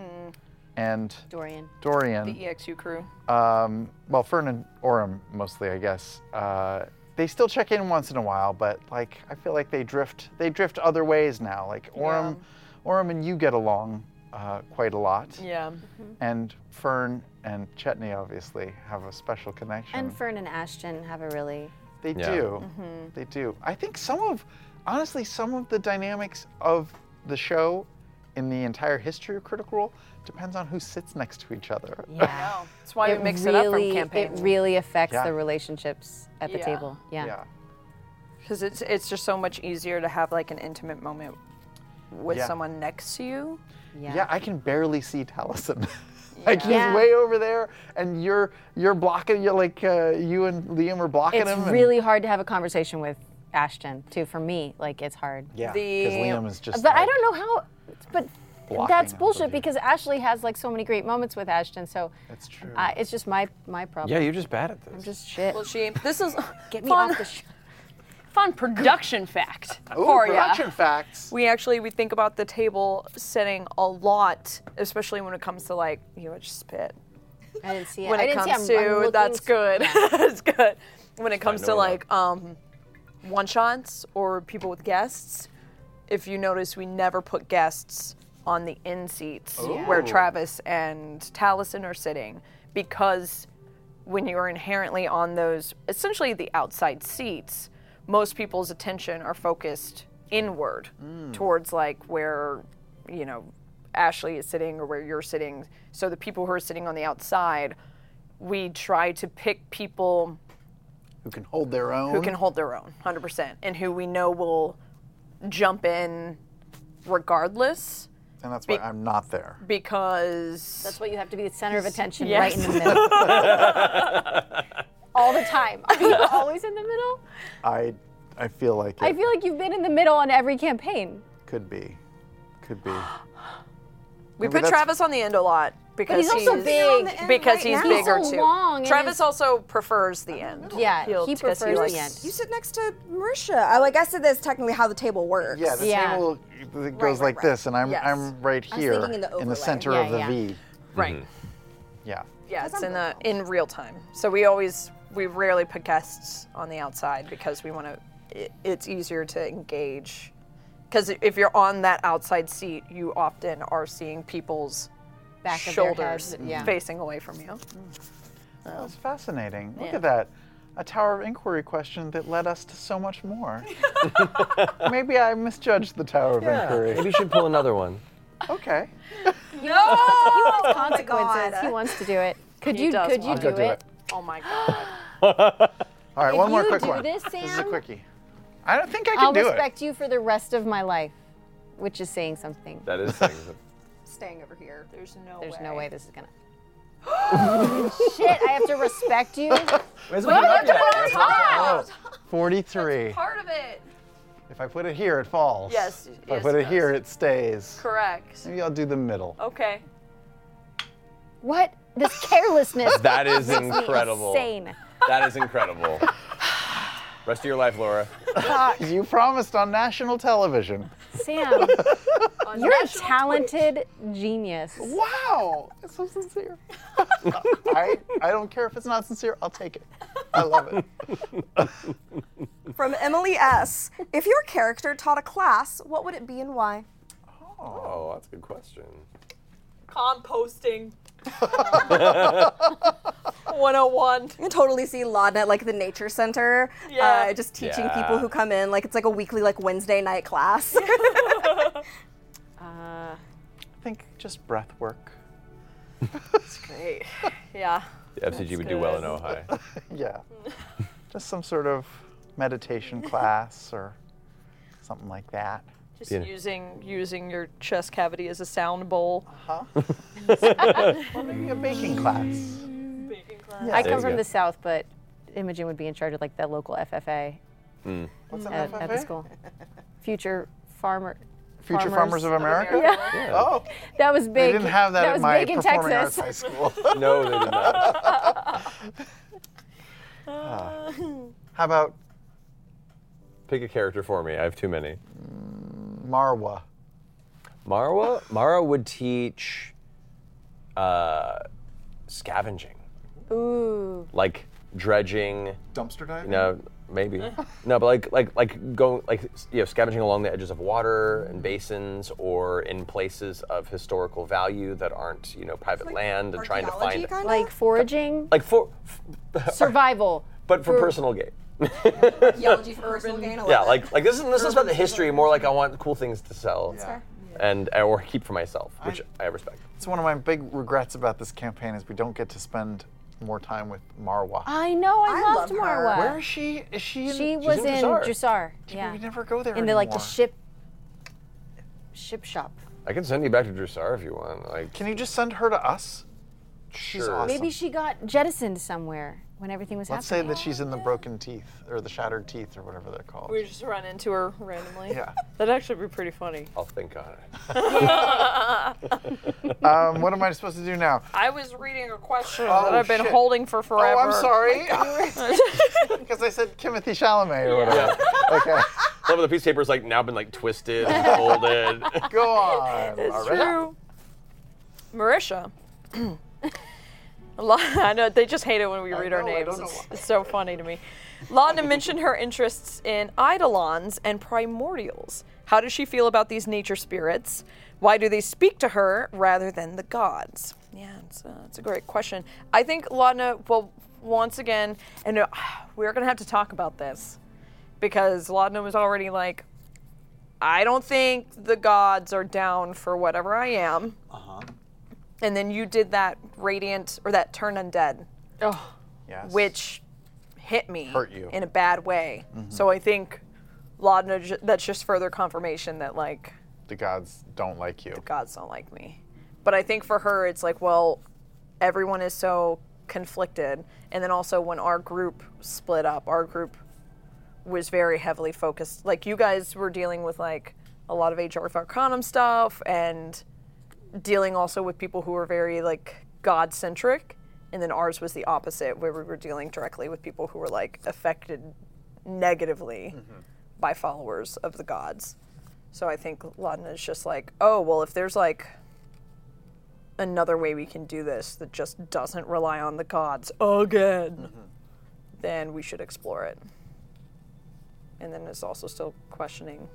C: and
G: Dorian.
C: Dorian,
D: Hmm. The EXU E crew.
C: um, well, Fern and Orem mostly, I guess. Uh, they still check in once in a while, but like I feel like they drift. They drift other ways now. Like Orem, Orem and you get along uh, quite a lot,
D: Yeah.
G: Mm-hmm.
C: and Fern and Chetney obviously have a special connection.
G: And Fern and Ashton have a really.
C: They
G: Yeah.
C: do.
G: Mhm.
C: They do. I think some of, honestly, some of the dynamics of the show in the entire history of Critical Role depends on who sits next to each other.
G: Yeah.
D: That's why we mix it up from campaign.
G: It really affects
C: Yeah.
G: the relationships at the
D: Yeah.
G: table. Yeah.
D: Because it's it's just so much easier to have like an intimate moment with
C: Yeah.
D: someone next to you.
C: yeah. I can barely see Taliesin. like he's
D: Yeah.
C: way over there, and you're you're blocking. You're like uh, you and Liam are blocking
G: It's
C: him. and-
G: really hard to have a conversation with Ashton, too. For me, like, it's hard.
C: Yeah, 'cause The- Liam is just,
G: But I
C: like,
G: don't know how. But
C: blocking
G: that's
C: him,
G: bullshit because Ashley has, like, so many great moments with Ashton. So
C: that's true.
G: it's just my, my problem.
B: yeah, you're just bad at this.
G: I'm just shit.
D: Well, she this is
G: Get me
D: fun,
G: off the sh-
K: Fun production fact
D: Ooh,
K: for ya.
D: production
C: facts.
D: We actually we think about the table setting a lot, especially when it comes to like you know just spit.
G: I didn't see it.
D: When
G: I
D: it
G: didn't see-
D: comes
G: I'm- I'm
D: to
G: looking-
D: that's good, it's good. When it comes
G: know
D: to
G: that.
D: like um, one shots or people with guests, if you notice, we never put guests on the in seats where
K: Ooh.
D: Travis and Taliesin are sitting because when you're inherently on those essentially the outside seats, most people's attention are focused inward
K: Mm.
D: towards like where you know Ashley is sitting or where you're sitting. So the people who are sitting on the outside, we try to pick people
C: Who can hold their own?
D: who can hold their own 100% and who we know will jump in regardless
C: And that's why
D: Be-
C: I'm not there.
D: because
G: That's why you have to be the center of attention
D: Yes.
G: right in the middle. All the time. Are you always in the middle?
C: I I feel like
G: I
C: it
G: feel like you've been in the middle on every campaign.
C: could be, could be.
D: we
C: Maybe
D: put
C: that's-
D: Travis on the end a lot because
G: he's also big. He's on the end
D: because
G: right now.
D: he's
G: He's
D: bigger
G: so
D: too.
G: long and
D: Travis
G: his-
D: also prefers the end.
G: Yeah,
D: He'll-
G: he
D: 'cause
G: prefers the
D: likes-
G: end.
F: You sit next to Marisha. Oh, I guess it is technically how the table works.
C: Yeah, the table goes
F: right,
C: like
F: right.
C: this, and I'm
F: Yes.
C: I'm right
F: I was
C: here
F: thinking in the overlay.
C: center
F: Yeah,
C: of the
F: yeah.
C: V.
D: Right.
C: Yeah.
D: Yeah, it's in the in real time. So we always we rarely put guests on the outside because we want to. It, it's easier to engage because if you're on that outside seat, you often are seeing people's
G: Back of their
D: shoulders
G: head, yeah.
D: facing away from you.
C: That's fascinating. Look
D: Yeah.
C: at that. A Tower of Inquiry question that led us to so much more. Maybe I misjudged the Tower of
B: Yeah,
C: Inquiry.
B: Maybe you should pull another one.
C: Okay.
G: He wants, he wants
D: Oh my
G: consequences.
D: God.
G: he wants to do it. Could
D: He
G: you?
D: does
G: Could you
D: want
G: do
D: to
G: it?
D: do it. Oh my god.
C: All right,
G: If
C: one more
G: you
C: quick
G: do
C: one.
G: this,
C: is a
G: Sam,
C: quickie. I don't think I can
G: I'll
C: do
G: respect you for the rest of my life, which is saying something.
B: That is things.
F: Staying over here. There's no
G: There's no way this is gonna. Shit! I have to respect you.
C: it.
G: Well, you have to put it on
C: Forty-three.
D: Part of it.
C: If I put it here, it falls.
D: Yes,
C: If I
D: yes,
C: put
D: it
C: it here, it stays.
D: Correct. Oh,
C: Maybe I'll do the middle.
D: Okay.
G: What? This carelessness.
B: That is
G: makes me
B: incredible.
G: Insane.
B: That is incredible. Rest of your life, Laura.
C: you promised on national television.
G: Sam, you're a talented genius.
C: Wow, it's so sincere. I, I don't care if it's not sincere, I'll take it. I love it.
F: From Emily S. If your character taught a class, what would it be and why?
L: Oh, that's a good question.
D: Composting.
F: 101. You can totally see Laudna at like the nature center.
D: Yeah.
F: Uh, just teaching
D: Yeah.
F: people who come in. Like it's like a weekly like Wednesday night class.
C: I think just breath work.
D: That's great. Yeah.
B: The FCG would do well in Ohio.
C: yeah. Just some sort of meditation class or something like that.
D: Just using using your chest cavity as a sound bowl. Huh?
C: or maybe a baking class.
G: I come
C: you
G: from
C: go.
G: the south, but Imogen would be in charge of like the local FFA
B: Mm.
C: What's an
G: at, at the
C: FFA?
G: school. Future farmer.
C: Future Farmers of America?
G: Yeah.
C: Yeah. Oh.
G: That was
C: They
G: big.
C: didn't have that, at
G: was
C: my
G: big in
C: performing arts
G: Texas.
C: high school.
B: no, they did not.
C: Ah. How about
B: Pick a character for me. I have too many.
C: Marwa?
B: Marwa? Mara would teach uh, scavenging,
G: Ooh.
B: like dredging.
C: Dumpster diving?
B: No, maybe. no, but like like like going like you know scavenging along the edges of water and basins or in places of historical value that aren't you know private land and trying to find
G: Like foraging,
B: like for
G: survival.
B: but for personal gain.
F: Geology for personal gain.
B: Yeah, like like this is this is about the history more like I want cool things to sell and uh, or keep for myself, which I respect.
C: It's one of my big regrets about this campaign is we don't get to spend more time with Marwa.
G: I know. I,
C: I
G: loved
C: love her.
G: Marwa.
C: Where is she? Is she?
G: Ah. she
C: in- she's
G: was
C: in
G: in
C: Jussar.
G: Jussar. Yeah.
C: We never go there
G: In the like the
C: anymore.
G: ship. Ship shop.
B: I can send you back to Drusar if you want. Like,
C: can you just send her to us? She's awesome.
G: Maybe she got jettisoned somewhere when everything was
C: Let's say
G: happening.
C: that she's in the broken teeth or the shattered teeth or whatever they're called.
D: We just run into her randomly.
C: Yeah.
D: That'd actually be pretty funny.
B: I'll think on
C: it. um, what am I supposed to do now?
D: I was reading a question
C: Oh,
D: that I've been
C: shit.
D: holding for forever.
C: Oh, I'm sorry. Because I said Timothy Chalamet or whatever. Okay.
B: Love the piece uh, of paper is like now been like twisted and folded.
C: Go on.
D: It's
C: All right.
D: true. Marisha. A lot- I know they just hate it when we read our
K: know, I don't
D: names.
K: know
D: It's, it's so funny to me. Lana mentioned her interests in eidolons and primordials. How does she feel about these nature spirits? Why do they speak to her rather than the gods? Yeah, it's a, it's a great question. I think Lana, well, once again, and uh, we're going to have to talk about this because Laudna was already like, I don't think the gods are down for whatever I am. Uh-huh. And then you did that radiant or that turn undead. Oh.
C: Yes.
D: Which hit me
C: Hurt you. Mm-hmm.
D: in a bad way. So I think Laudna ju- that's just further confirmation that like
C: The gods don't like you.
D: gods don't like me. But I think for her, it's like, well, everyone is so conflicted. And then also, when our group split up, our group was very heavily focused. Like, you guys were dealing with like a lot of HR Arcanum stuff and dealing also with people who were very like God centric. And then ours was the opposite, where we were dealing directly with people who were like affected negatively by followers of the gods. So I think Laudna is just like, oh, well, if there's like another way we can do this that just doesn't rely on the gods again, then we should explore it. And then it's also still questioning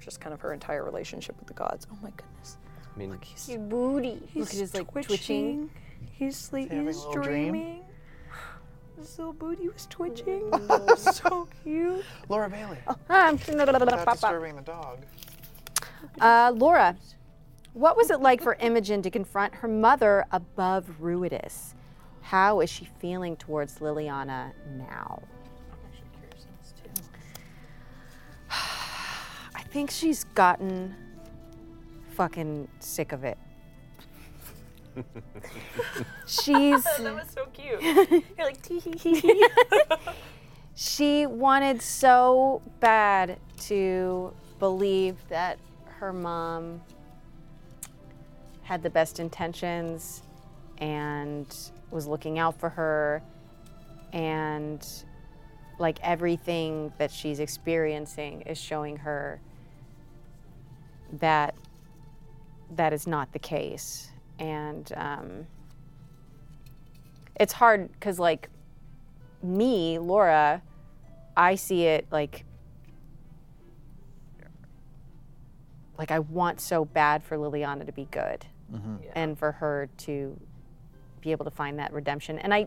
D: just kind of her entire relationship with the gods. Oh my goodness.
B: I mean,
D: Your booty.
G: Look at his, like, twitching.
D: He's sleeping.
G: having
D: He's
G: a little dream.
D: dreaming. His little booty was twitching. so cute.
C: Laura Bailey.
G: I'm
C: Without disturbing the dog.
G: Uh, Laura, what was it like for Imogen to confront her mother above Ruidus? How is she feeling towards Liliana now? I think she's gotten fucking sick of it. She's
D: that was so cute. You're like tee hee hee.
G: She wanted so bad to believe that her mom had the best intentions and was looking out for her and like everything that she's experiencing is showing her that that is not the case and um, it's hard because like me laura i see it like like i want so bad for liliana to be good
L: Mhm. Yeah.
G: and for her to be able to find that redemption and i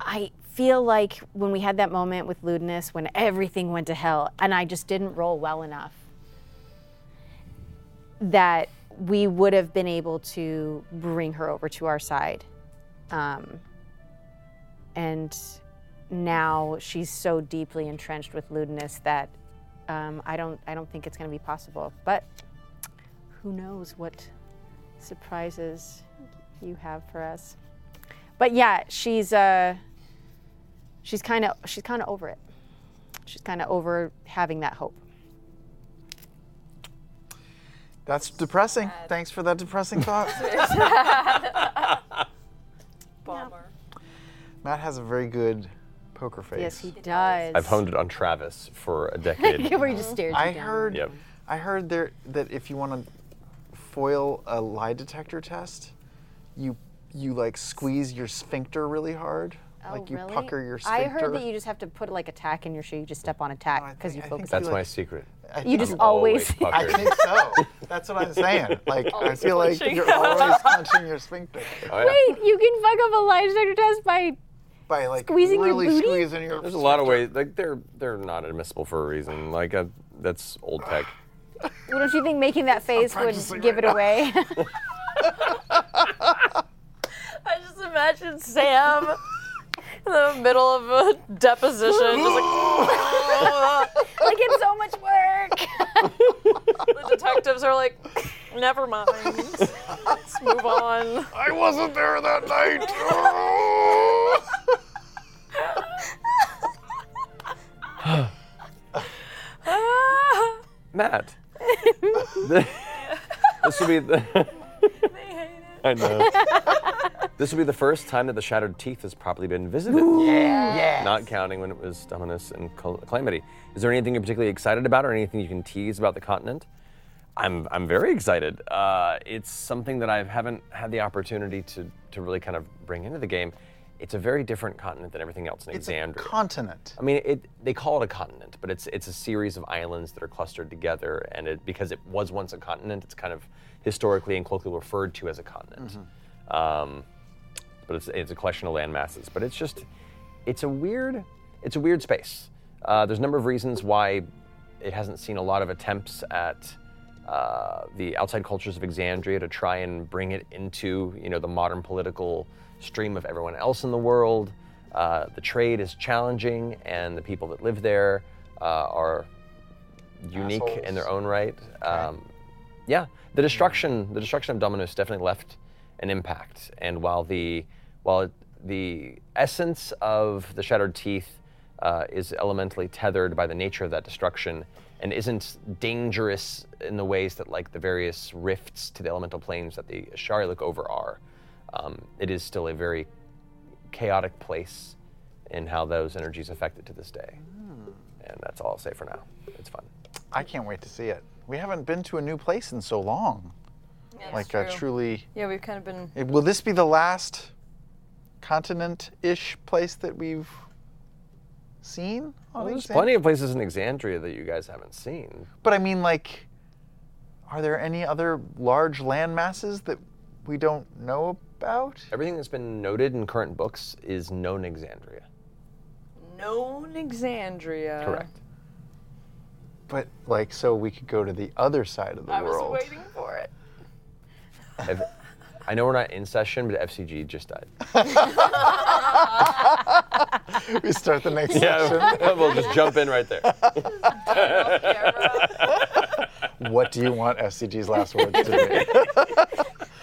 G: i feel like when we had that moment with lewdness when everything went to hell and i just didn't roll well enough that we would have been able to bring her over to our side. Um, and now she's so deeply entrenched with lewdness that um, I don't I don't think it's going to be possible. But who knows what surprises you have for us? But yeah, she's uh, she's kind of she's kind of over it. She's kind of over having that hope.
C: That's depressing. Thanks for that depressing thought.
D: Bummer.
C: Matt has a very good poker face.
G: Yes, he does.
B: I've honed it on Travis for a decade.
G: Where he just stares you
C: I
G: down.
C: heard.
B: Yep.
C: I heard there that if you want to foil a lie detector test, you you like squeeze your sphincter really hard,
G: Oh,
C: like you
G: really?
C: pucker your
G: I
C: sphincter.
G: heard that you just have to put like a tack in your shoe. You just step on a tack because you focus.
B: That's
G: on
B: my secret.
C: I
G: You
C: think
G: just
C: I'm
G: always.
C: I think so. That's what I'm saying. Like I
G: Always
C: feel like
G: clenching.
C: you're always clenching your sphincter.
B: Oh,
G: Wait, you can fuck up a lie detector test by
C: by like
G: squeezing
C: really
G: your booty.
C: squeezing your.
B: There's a lot of ways. Like they're they're not admissible for a reason. Like uh, that's old tech.
G: Well, don't you think making that face would
D: practicing
G: give
D: right
G: it away?
D: I just imagine Sam in the middle of a deposition, just like,
G: like it's so much work.
D: the detectives are like, never mind. Let's move on.
L: I wasn't there that night.
B: Matt. this will be the. I know. this will be the first time that the Shattered Teeth has properly been visited.
L: Ooh. Yeah. Yes.
B: Not counting when it was Dominus and Cal- Calamity. Is there anything you're particularly excited about, or anything you can tease about the continent? I'm I'm very excited. Uh, it's something that I haven't had the opportunity to to really kind of bring into the game. It's a very different continent than everything else in
C: It's a
B: Exandria.
C: continent.
B: I mean, it, they call it a continent, but it's it's a series of islands that are clustered together, and it, because it was once a continent, it's kind of historically and colloquially referred to as a continent. Um, but it's, it's a collection of land masses. But it's just, it's a weird, it's a weird space. Uh, there's a number of reasons why it hasn't seen a lot of attempts at uh, the outside cultures of Exandria to try and bring it into, you know, the modern political stream of everyone else in the world. Uh, the trade is challenging, and the people that live there uh, are unique in their own right. Um, yeah, the destruction, the destruction of Dominus definitely left an impact. And while the while it, the essence of the Shattered Teeth uh, is elementally tethered by the nature of that destruction, and isn't dangerous in the ways that like the various rifts to the elemental planes that the Ashari look over are, um, it is still a very chaotic place in how those energies affect it to this day. And that's all I'll say for now. It's fun.
C: I can't wait to see it. We haven't been to a new place in so long. like
D: true.
C: a truly.
D: Yeah, we've kind of been.
C: It- will this be the last continent-ish place that we've seen? on
B: Well, there's
C: Exandria?
B: plenty of places in Exandria that you guys haven't seen.
C: But I mean, like, are there any other large land masses that we don't know about?
B: Everything that's been noted in current books is known Exandria.
D: Known Exandria.
B: Correct.
C: But like, so we could go to the other side of the
D: I was
C: world.
D: waiting for it.
B: Ev- I know we're not in session, but FCG just died.
C: we start the next
B: Yeah,
C: session.
B: we'll just jump in right there.
C: what do you want FCG's last words to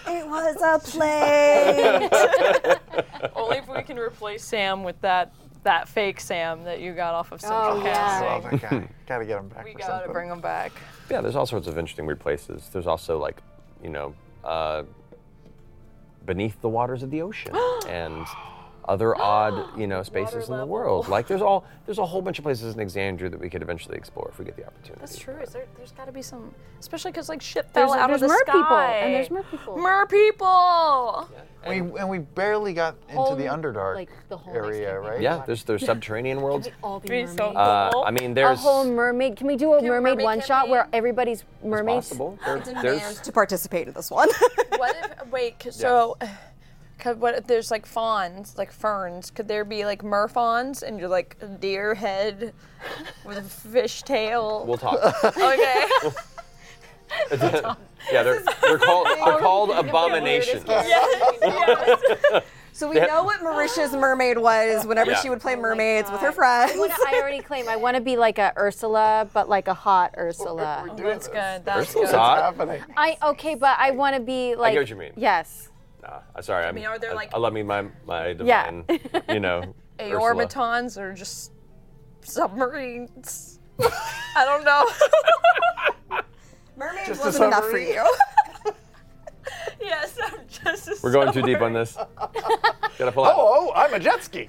C: Oh,
F: It was a plate.
D: Only if we can replace Sam with that that fake Sam that you got off of Central
A: Oh,
D: Casting.
A: yeah.
C: Love that guy. Gotta get him back.
D: We gotta bring him back.
B: Yeah, there's all sorts of interesting weird places. There's also like, you know, uh, beneath the waters of the ocean and other odd, you know, spaces in the world. Like there's all there's a whole bunch of places in Alexandria that we could eventually explore if we get the opportunity.
D: That's true. Is there, there's got to be some, especially because like shit
A: There's-
D: fell out
A: there's
D: of the
A: mer people,
D: sky.
A: and there's
D: mer people. Mer people.
C: we, and we barely got into
D: Whole-
C: the Underdark
D: like, the whole
C: area, right?
B: Yeah, there's there's subterranean worlds.
G: all be
D: Be
G: mermaids?
D: so
B: Uh, I mean, there's
G: a whole mermaid. Can we do a mermaid, one shot where everybody's mermaids?
B: possible. There-
G: demand
B: there's
F: to participate in this one.
D: what if wait? 'cause- So, could, what if there's like fawns, like ferns? Could there be like mer fawns, and you're like a deer head with a fish tail?
B: We'll talk.
D: okay.
B: yeah, they're, they're called they're called abominations.
F: So we
B: They have-
F: know what Mauritia's mermaid was whenever
B: Yeah.
F: she would play mermaids with her
G: I,
F: friends.
G: wanna- I already claim I want to be like a Ursula, but like a hot Ursula.
D: That's good. That's
B: Ursula's
D: good.
B: hot.
G: I okay, but I want to be like.
B: what you mean.
G: Yes.
B: Nah, I'm sorry. I'm,
D: mean, are there,
B: I-
D: like-
B: I, love me my my
D: Yeah.
B: divine, you know. Ursula.
D: Aorbatons are just submarines. I don't know.
F: Mermaid
D: Just
B: a
F: wasn't enough for
D: submarine.
F: you.
D: yes, I'm just. a
B: We're going too
D: submarine.
B: deep on this. Gotta pull out.
C: Oh, oh, I'm a jet ski.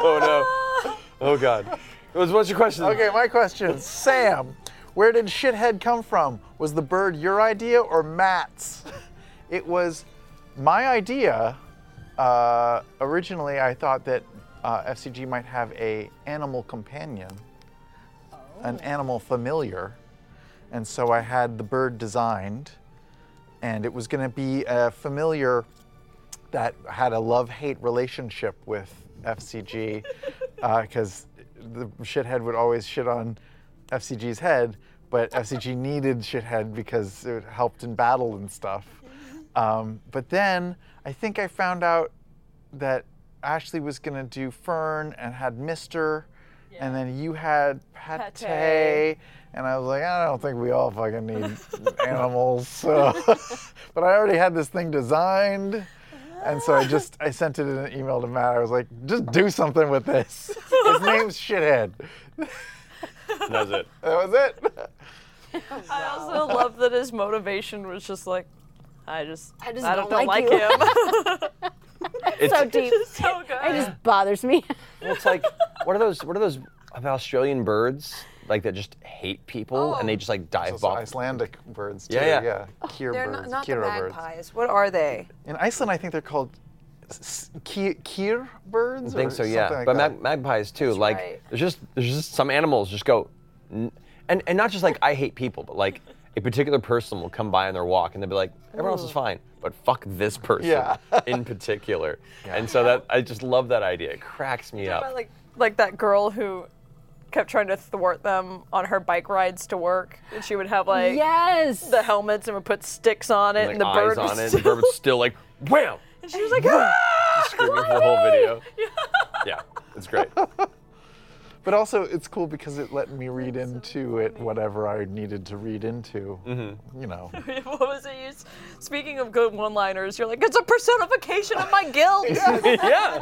B: oh no. Oh god. What's your question?
C: Okay, my question, Sam. Where did shithead come from? Was the bird your idea or Matt's? It was my idea. Uh, originally, I thought that uh, FCG might have a animal companion, an animal familiar, and so I had the bird designed, and it was going to be a familiar that had a love-hate relationship with FCG, because uh, the shithead would always shit on FCG's head, but FCG needed shithead because it helped in battle and stuff. Um, but then I think I found out that Ashley was gonna do Fern and had Mister, and then you had Pate,
L: Pate.
C: and I was like, I don't think we all fucking need animals. So. but I already had this thing designed. And so I just I sent it in an email to Matt. I was like, just do something with this. His name's Shithead.
B: That's it.
C: That was it.
D: I also love that his motivation was just like, I just, I,
G: just
D: don't,
G: don't
D: don't
G: like
D: like,
G: you."
B: It's-
G: so deep.
D: so good.
G: It just bothers me.
B: Well, it's like what are those? What are those Australian birds like that just hate people and they just like dive bomb?
C: Icelandic birds too.
B: Yeah, yeah.
C: yeah. Kira
F: They're
C: birds.
F: not, not the
C: Kira birds.
F: magpies. What are they?
C: In Iceland, I think they're called s- s- ki- Kir
B: I
C: birds.
B: think
C: or
B: so, yeah.
C: something like
B: but
C: that.
B: mag- magpies too. like there's just there's just some animals just go, n- and and not just like I hate people, but like a particular person will come by on their walk and they'll be like, everyone else is fine, but fuck this person
D: Yeah.
B: in particular. And so that I just love that idea. It cracks me
D: Talk
B: up.
D: about, like, like that girl who kept trying to thwart them on her bike rides to work, and she would have like
G: yes
D: the helmets and would put sticks on it,
B: like,
D: and the
B: eyes
D: bird
B: on
D: was
B: it,
D: still-
B: and the bird was still like wham,
D: and she was like, "Ah!"
B: screaming for the whole video. yeah, it's great.
C: But also, it's cool because it let me read into it whatever I needed to read into. You know.
D: what was it? You, s- speaking of good one-liners, you're like, it's a personification of my guild.
B: Yeah.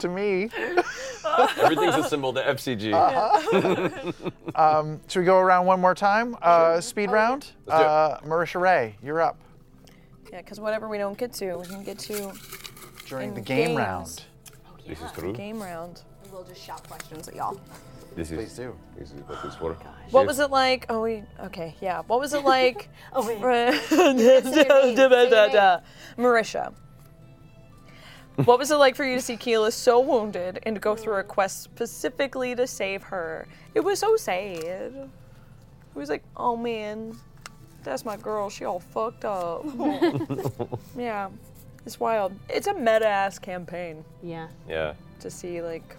C: to me.
B: Everything's a symbol to FCG.
D: Uh-huh.
C: um, should we go around one more time? Uh, speed round.
B: Let's do it.
C: Uh, Marisha Ray, you're up
D: Yeah, because whatever we don't get to, we can get to
C: during
D: in
C: the game
D: games.
C: round.
B: This is
D: Game round.
F: We'll just shout questions at y'all.
B: This is,
C: Please do.
B: This is what this
D: Oh
B: for.
D: What was it like? Oh, we okay, yeah. What was it like? oh wait. Marisha. What was it like for you to see Keela so wounded and to go through a quest specifically to save her? It was so sad. It was like, oh man, that's my girl. She all fucked up. yeah, it's wild. It's a meta ass campaign.
G: Yeah.
B: Yeah.
D: To see like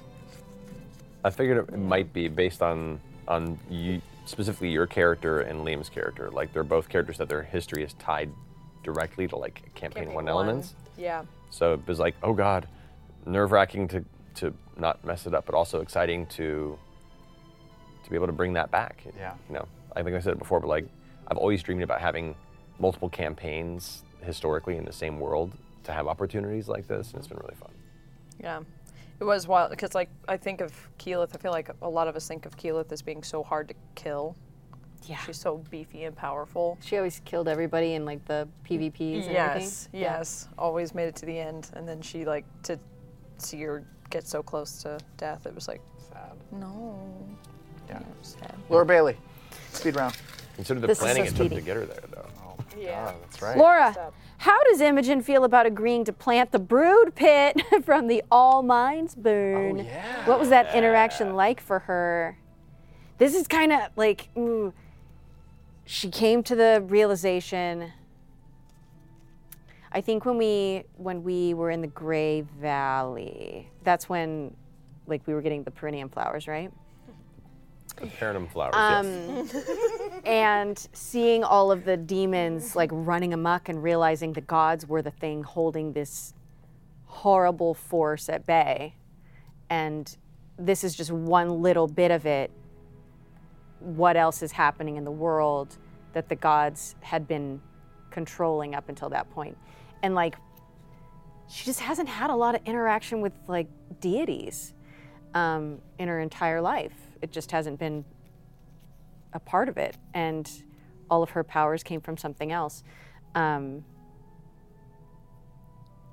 B: I figured it might be based on on you, specifically your character and Liam's character. Like they're both characters that their history is tied directly to like campaign, one, elements.
D: Yeah.
B: So it was like, oh god, nerve wracking to to not mess it up, but also exciting to to be able to bring that back.
C: Yeah.
B: You know, I think I said it before, but like I've always dreamed about having multiple campaigns historically in the same world to have opportunities like this, and it's been really fun.
D: Yeah. It was wild because, like, I think of Keelith. I feel like a lot of us think of Keelith as being so hard to kill. Yeah. She's so beefy and powerful.
M: She always killed everybody in like the PvPs and
D: yes,
M: everything.
D: yes. Always made it to the end, and then she like to see her get so close to death. It was like sad. No.
C: Yeah.
D: Sad.
C: Laura Bailey, speed round.
B: Consider the
G: This is
B: planning
G: so
B: it took to
G: speedy.
B: get her there, though. Oh,
D: yeah.
C: Ah,
B: that's right.
G: Laura, how does Imogen feel about agreeing to plant the brood pit from the All Minds burn? What was that interaction like for her? This is kind of like ooh, she came to the realization. I think when we when we were in the Gray Valley, that's when like we were getting the perineum flowers, right?
B: The Paranum flowers, yes.
G: Um, and seeing all of the demons like running amok and realizing the gods were the thing holding this horrible force at bay. And this is just one little bit of it. What else is happening in the world that the gods had been controlling up until that point? And like, she just hasn't had a lot of interaction with like deities um, in her entire life. It just hasn't been a part of it, and all of her powers came from something else. Um,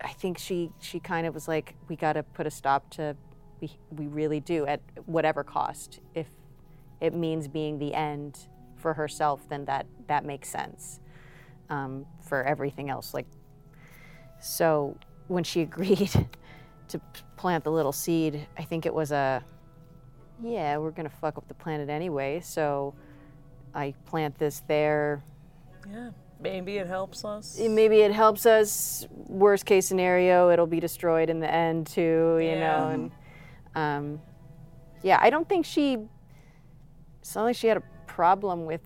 G: I think she she kind of was like, we got to put a stop to we we really do at whatever cost. If it means being the end for herself, then that that makes sense um, for everything else. Like so, when she agreed to p- plant the little seed, I think it was a yeah, we're gonna fuck up the planet anyway, so I plant this there.
D: Yeah. Maybe it helps us.
G: Eh, Maybe it helps us. Worst case scenario, it'll be destroyed in the end too, you know.
D: Yeah.
G: And um, yeah, I don't think she. It's not like she had a problem with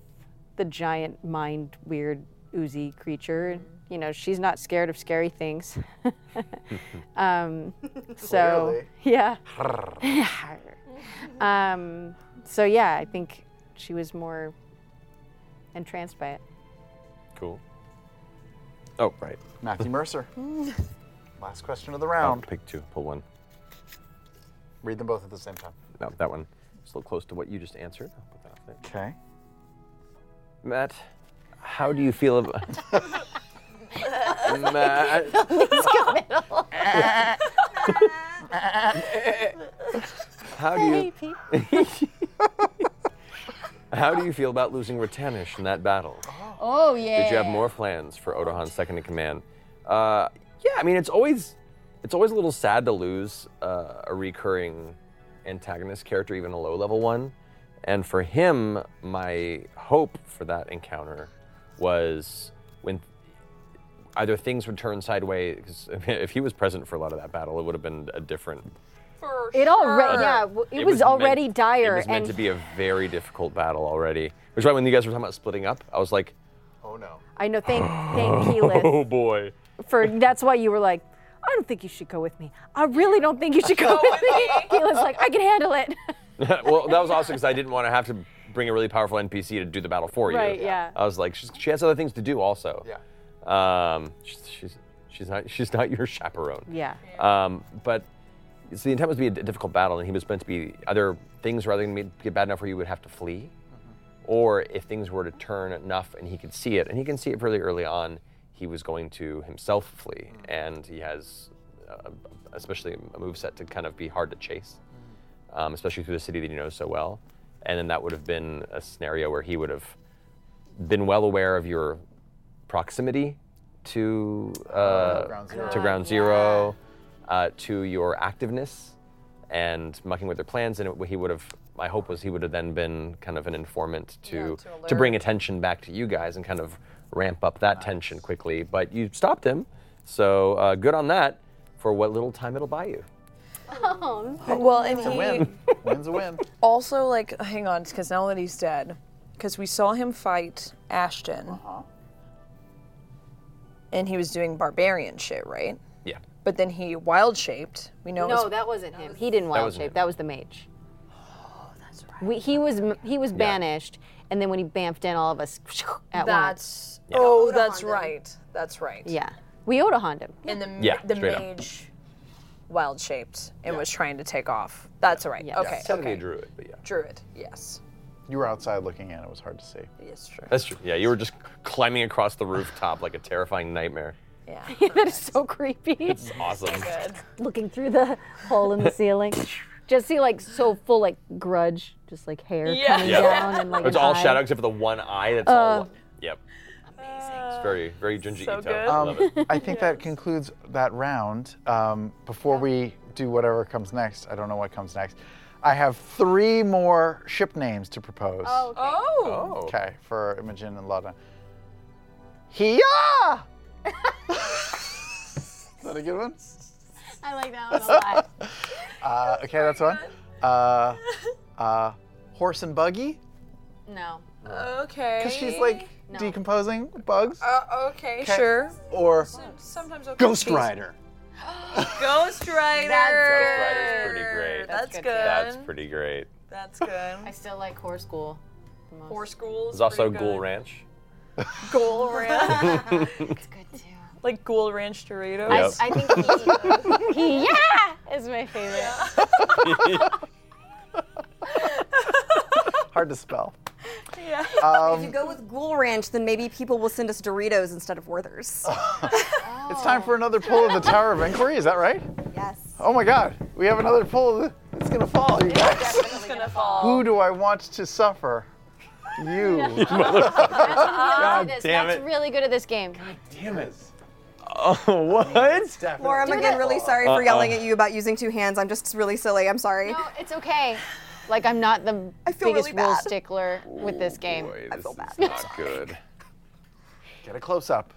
G: the giant mind weird oozy creature. You know, she's not scared of scary things. um, so
M: Clearly.
G: yeah. um, so yeah, I think she was more entranced by it.
B: Cool. Oh, right.
C: Matthew Mercer. Last question of the
B: I'll
C: round.
B: pick two, pull one.
C: Read them both at the same time.
B: No, that one. It's a little close to what you just answered. I'll put that up there.
C: Okay.
B: Matt, how do you feel about. Matt. How do you. How do you feel about losing Ratanish in that battle?
N: Oh yeah.
B: Did you have more plans for Odohan's second in command? Uh, yeah, I mean it's always it's always a little sad to lose uh, a recurring antagonist character, even a low level one. And for him, my hope for that encounter was when either things would turn sideways. Because if he was present for a lot of that battle, it would have been a different.
G: It already,
B: sure.
G: Uh,
M: Uh,
G: yeah, w- it,
B: It
G: was,
B: was meant-
G: already dire.
B: it was meant
G: and
B: to be a very difficult battle already. Which is why when you guys were talking about splitting up, I was like,
C: Oh no.
G: I know, thank, thank Keyleth
B: Oh boy.
G: for that's why you were like, I don't think you should go with me. I really don't think you should go with me. Keyleth's like, I can handle it.
B: well, that was also because I didn't want to have to bring a really powerful NPC to do the battle for you.
G: Right, yeah.
B: I was like, she's, she has other things to do also. Yeah. Um, she's, she's, she's not she's not your chaperone.
G: Yeah.
B: Um, but so the intent was to be a d- difficult battle, and he was meant to be either things were either going to get bad enough where you would have to flee, or if things were to turn enough and he could see it, and he can see it fairly early on, he was going to himself flee, and he has, uh, especially a move set to kind of be hard to chase, um, especially through the city that he knows so well, and then that would have been a scenario where he would have been well aware of your proximity to uh,
C: Ground Zero.
B: to
C: Ah,
B: ground zero, uh, to your activeness, and mucking with their plans. And it, he would have. My hope was he would have then been kind of an informant to to, bring attention back to you guys and kind of ramp up that tension quickly. But you stopped him, so uh, good on that for what little time it'll buy you.
N: Oh,
D: Well, and
N: It's a
D: he
N: win.
C: Win's a win.
D: also like hang on, because now that he's dead, because we saw him fight Ashton, and he was doing barbarian shit, right?
B: Yeah.
D: But then he wild shaped. We know. it
M: no,
D: was-
M: that wasn't him. He didn't
D: That
M: wild
D: wasn't
M: shape. That was the mage. Oh, that's right. We, he was m- he was banished, and then when he bamfed in, all of us at once.
D: that's. Oh, that's right. That's right.
M: Yeah.
A: We Oda Honda.
D: And the,
A: Yeah,
D: the
A: straight up.
D: mage wild shaped and was trying to take off. That's right. Okay.
B: Said to be
D: okay.
B: a druid, but yeah.
D: Druid, yes.
C: You were outside looking in; it was hard to see.
D: Yes, true.
B: That's true. Yeah, you were just climbing across the rooftop like a terrifying nightmare.
D: Yeah.
A: that is so creepy.
B: It's awesome.
A: Looking through the hole in the ceiling. Just see like so full like grudge, just like hair
B: Yeah.
A: coming
B: Yep.
A: down and like
B: it's
A: an
B: all
A: eye.
B: shadow except for the one eye that's
A: Uh,
B: all. Yep. Amazing. It's very, very Junji Ito. I love it.
C: Um, I think that concludes that round. Um, before we do whatever comes next, I don't know what comes next. I have three more ship names to propose.
O: Oh,
D: Oh.
C: Okay, for Imogen and Lana. Hiya! Is that a good one?
P: I like that one a lot.
C: Uh, okay, that's one. Uh, uh, horse and buggy,
G: No.
D: Okay.
C: because she's like decomposing bugs.
D: Uh, okay,
C: 'Kay.
D: sure.
C: Or
D: Sometimes I'll
C: Ghost
D: confuse-
C: Rider.
D: Ghost Rider.
B: That's pretty great.
D: That's good.
B: That's pretty great.
D: That's good. I
G: still like Horse School.
D: Horse School.
B: There's also Ghoul Ranch.
D: Ghoul Ranch. like Ghoul Ranch Doritos.
B: I- Yep.
G: I
D: think
G: he- yeah is my favorite.
C: Hard to spell.
D: Yeah.
F: if you go with Ghoul Ranch, then maybe people will send us Doritos instead of Werther's.
C: It's time for another pull of the Tower of Inquiry. Is that right?
F: Yes.
C: Oh my God, we have another pull. Of the, it's gonna fall, you guys.
D: It's gonna fall.
C: Who do I want to suffer? You.
A: God
G: This-
B: damn
G: That's
B: it.
G: really good at this game. God
C: damn it.
B: Oh, what?
F: Laura, I'm
G: Do
F: again
G: the-
F: really sorry for
B: Uh-uh.
F: yelling at you about using two hands. I'm just really silly. I'm sorry.
G: No, it's okay. Like I'm not the
F: feel
G: biggest
F: really
G: rule
F: bad.
G: stickler with this game.
B: I feel bad. good.
C: Get a close up.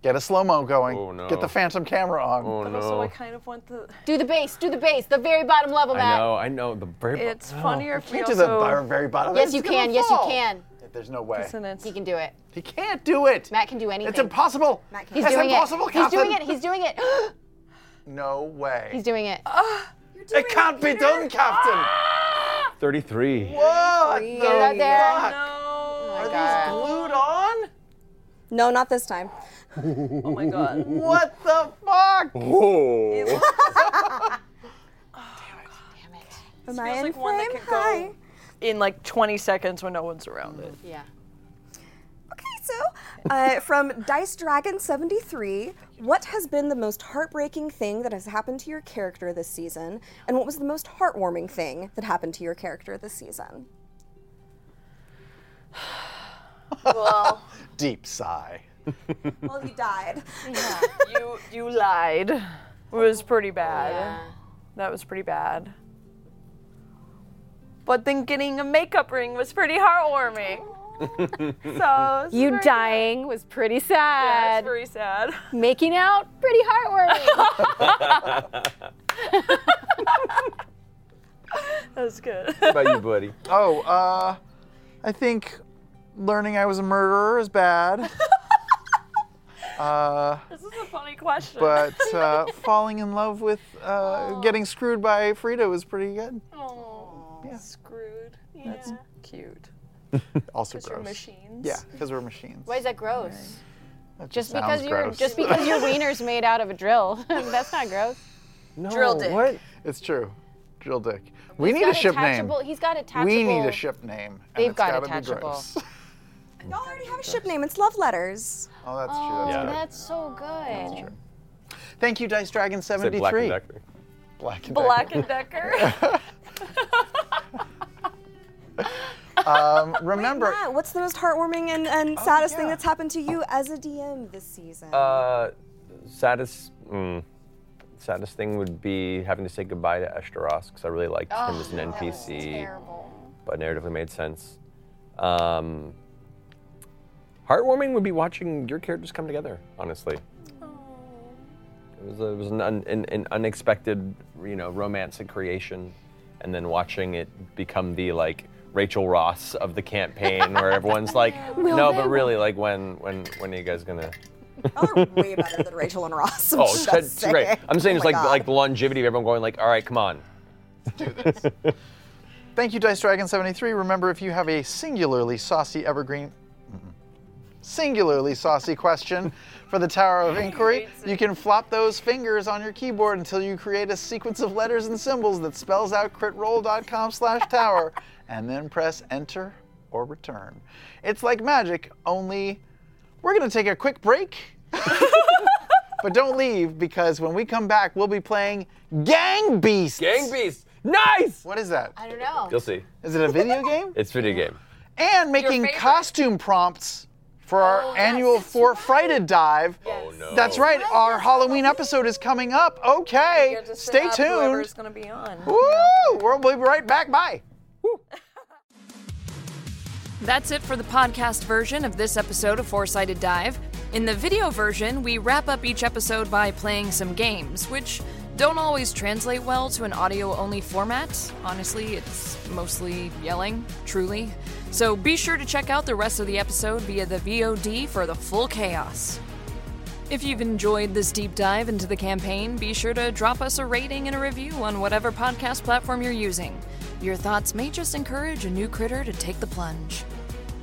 C: Get a slow mo going. Oh,
B: no.
C: Get the phantom camera on.
B: Oh, But also no. I
D: kind of want the.
G: Do the base. Do the base. The very bottom level,
B: I
G: Matt.
B: know, I know. The very Oh.
D: It's funnier if we
C: Can't do the
D: also-
C: bar- very bottom.
G: Yes,
C: It's
G: you
C: gonna
G: can. Yes, you
C: fall.
G: can.
C: There's no way.
G: He can do it.
C: He can't do it.
G: Matt can do anything.
C: It's impossible. Matt
G: He's
C: It's
G: doing
C: impossible,
G: it. He's doing it.
C: Catherine.
G: He's doing it.
C: No way.
G: He's doing it.
C: Ah.
G: Ah!
C: it can't be done, Captain. Oh,
B: 33.
C: Whoa!
G: Get it out there. Oh
C: Are these glued on?
F: No, not this time.
B: oh my
F: God.
C: What the fuck?
B: Whoa.
F: Am
D: It
F: I
D: feels
F: in
D: like one that
F: frame?
D: could go in like 20 seconds when no one's around it.
G: Yeah.
F: So, uh, from Dice Dragon 73, what has been the most heartbreaking thing that has happened to your character this season? And what was the most heartwarming thing that happened to your character this season?
D: well,
C: Deep sigh.
F: well, you died.
D: you you lied. It was pretty bad. That was pretty bad. But then getting a makeup ring was pretty heartwarming. So
A: You dying was pretty
D: Yeah,
A: sad.
D: it's pretty sad.
A: Making out, pretty heartwarming.
D: That was good.
B: What about you, buddy?
C: Oh, uh, I think learning I was a murderer is bad. uh,
D: This is a funny question.
C: but uh, falling in love with uh,
G: Oh.
C: getting screwed by Frida was pretty good.
D: oh, screwed. Yeah. That's cute.
C: Also
D: 'Cause you're
C: gross.
D: machines.
C: Yeah, because we're machines.
G: Why is that gross?
C: That
G: Just
C: sounds
G: because you're
C: gross.
G: just because your wiener's made out of a drill. That's not gross.
C: No,
G: Drill dick.
C: What? It's true. Drill dick. We
G: He's
C: need a
G: got
C: ship name.
G: attachable- He's got attachable.
C: We need a ship name. and
G: They've
C: it's
G: got
C: gotta be
G: attachable.
C: gross.
F: Y'all already have a ship name. It's love letters.
C: Oh, that's
G: Oh,
C: true. That's good.
G: that's so good.
C: Thank you, Dice Dragon
B: Say
C: 73.
B: Black and Decker.
C: Black and
D: Black and Decker.
C: Decker. Um, remember,
F: Matt, what's the most heartwarming and, and saddest thing that's happened to you as a DM this season?
B: Oh, Uh, saddest, mm, saddest thing would be having to say goodbye to Eshtaros because I really liked him
O: Oh,
B: as an
O: that was
B: NPC. But narratively made sense. Um, heartwarming would be watching your characters come together. Honestly,
O: Oh.
B: it was a, it was an, un, an, an unexpected, you know, romance and creation, and then watching it become the like. Rachel Ross of the campaign, where everyone's like,
F: Will
B: "No,
F: they?
B: but really, like, when, when, when are you guys gonna
F: Way better than Rachel and Ross. I'm
B: oh,
F: just
B: that's great.
F: saying.
B: I'm saying
F: Oh
B: it's
F: my
B: like
F: God.
B: like the longevity of everyone going like, all right, come on.
C: Thank you, Dice Dragon 73. Remember, if you have a singularly saucy evergreen. Mm-mm. singularly saucy question for the Tower of Inquiry. You can flop those fingers on your keyboard until you create a sequence of letters and symbols that spells out critroll.com slash tower, and then press enter or return. It's like magic, only we're going to take a quick break. but don't leave because when we come back, we'll be playing Gang Beasts.
L: Gang Beasts. Nice.
C: What is that?
G: I don't know.
L: You'll see.
C: Is it a video game?
L: It's video game.
C: and making costume prompts for our annual Four Frighted Dive. Oh, no. That's right, our Halloween episode is coming up. Okay, stay tuned.
D: Whoever's gonna be on.
C: Woo! We'll be right back. Bye.
A: That's it for the podcast version of this episode of Foresighted Dive. In the video version, we wrap up each episode by playing some games, which don't always translate well to an audio only format. Honestly, it's mostly yelling, truly. So be sure to check out the rest of the episode via the VOD for the full chaos. If you've enjoyed this deep dive into the campaign, be sure to drop us a rating and a review on whatever podcast platform you're using. Your thoughts may just encourage a new critter to take the plunge.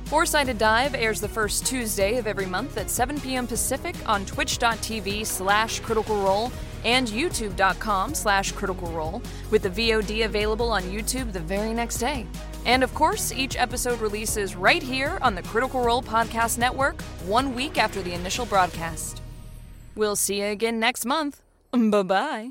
A: Foresighted Dive airs the first Tuesday of every month at 7 p.m. Pacific on twitch.tv slash critical role and youtube.com slash critical role, with the VOD available on YouTube the very next day. And of course, each episode releases right here on the Critical Role Podcast Network one week after the initial broadcast. We'll see you again next month. Bye bye.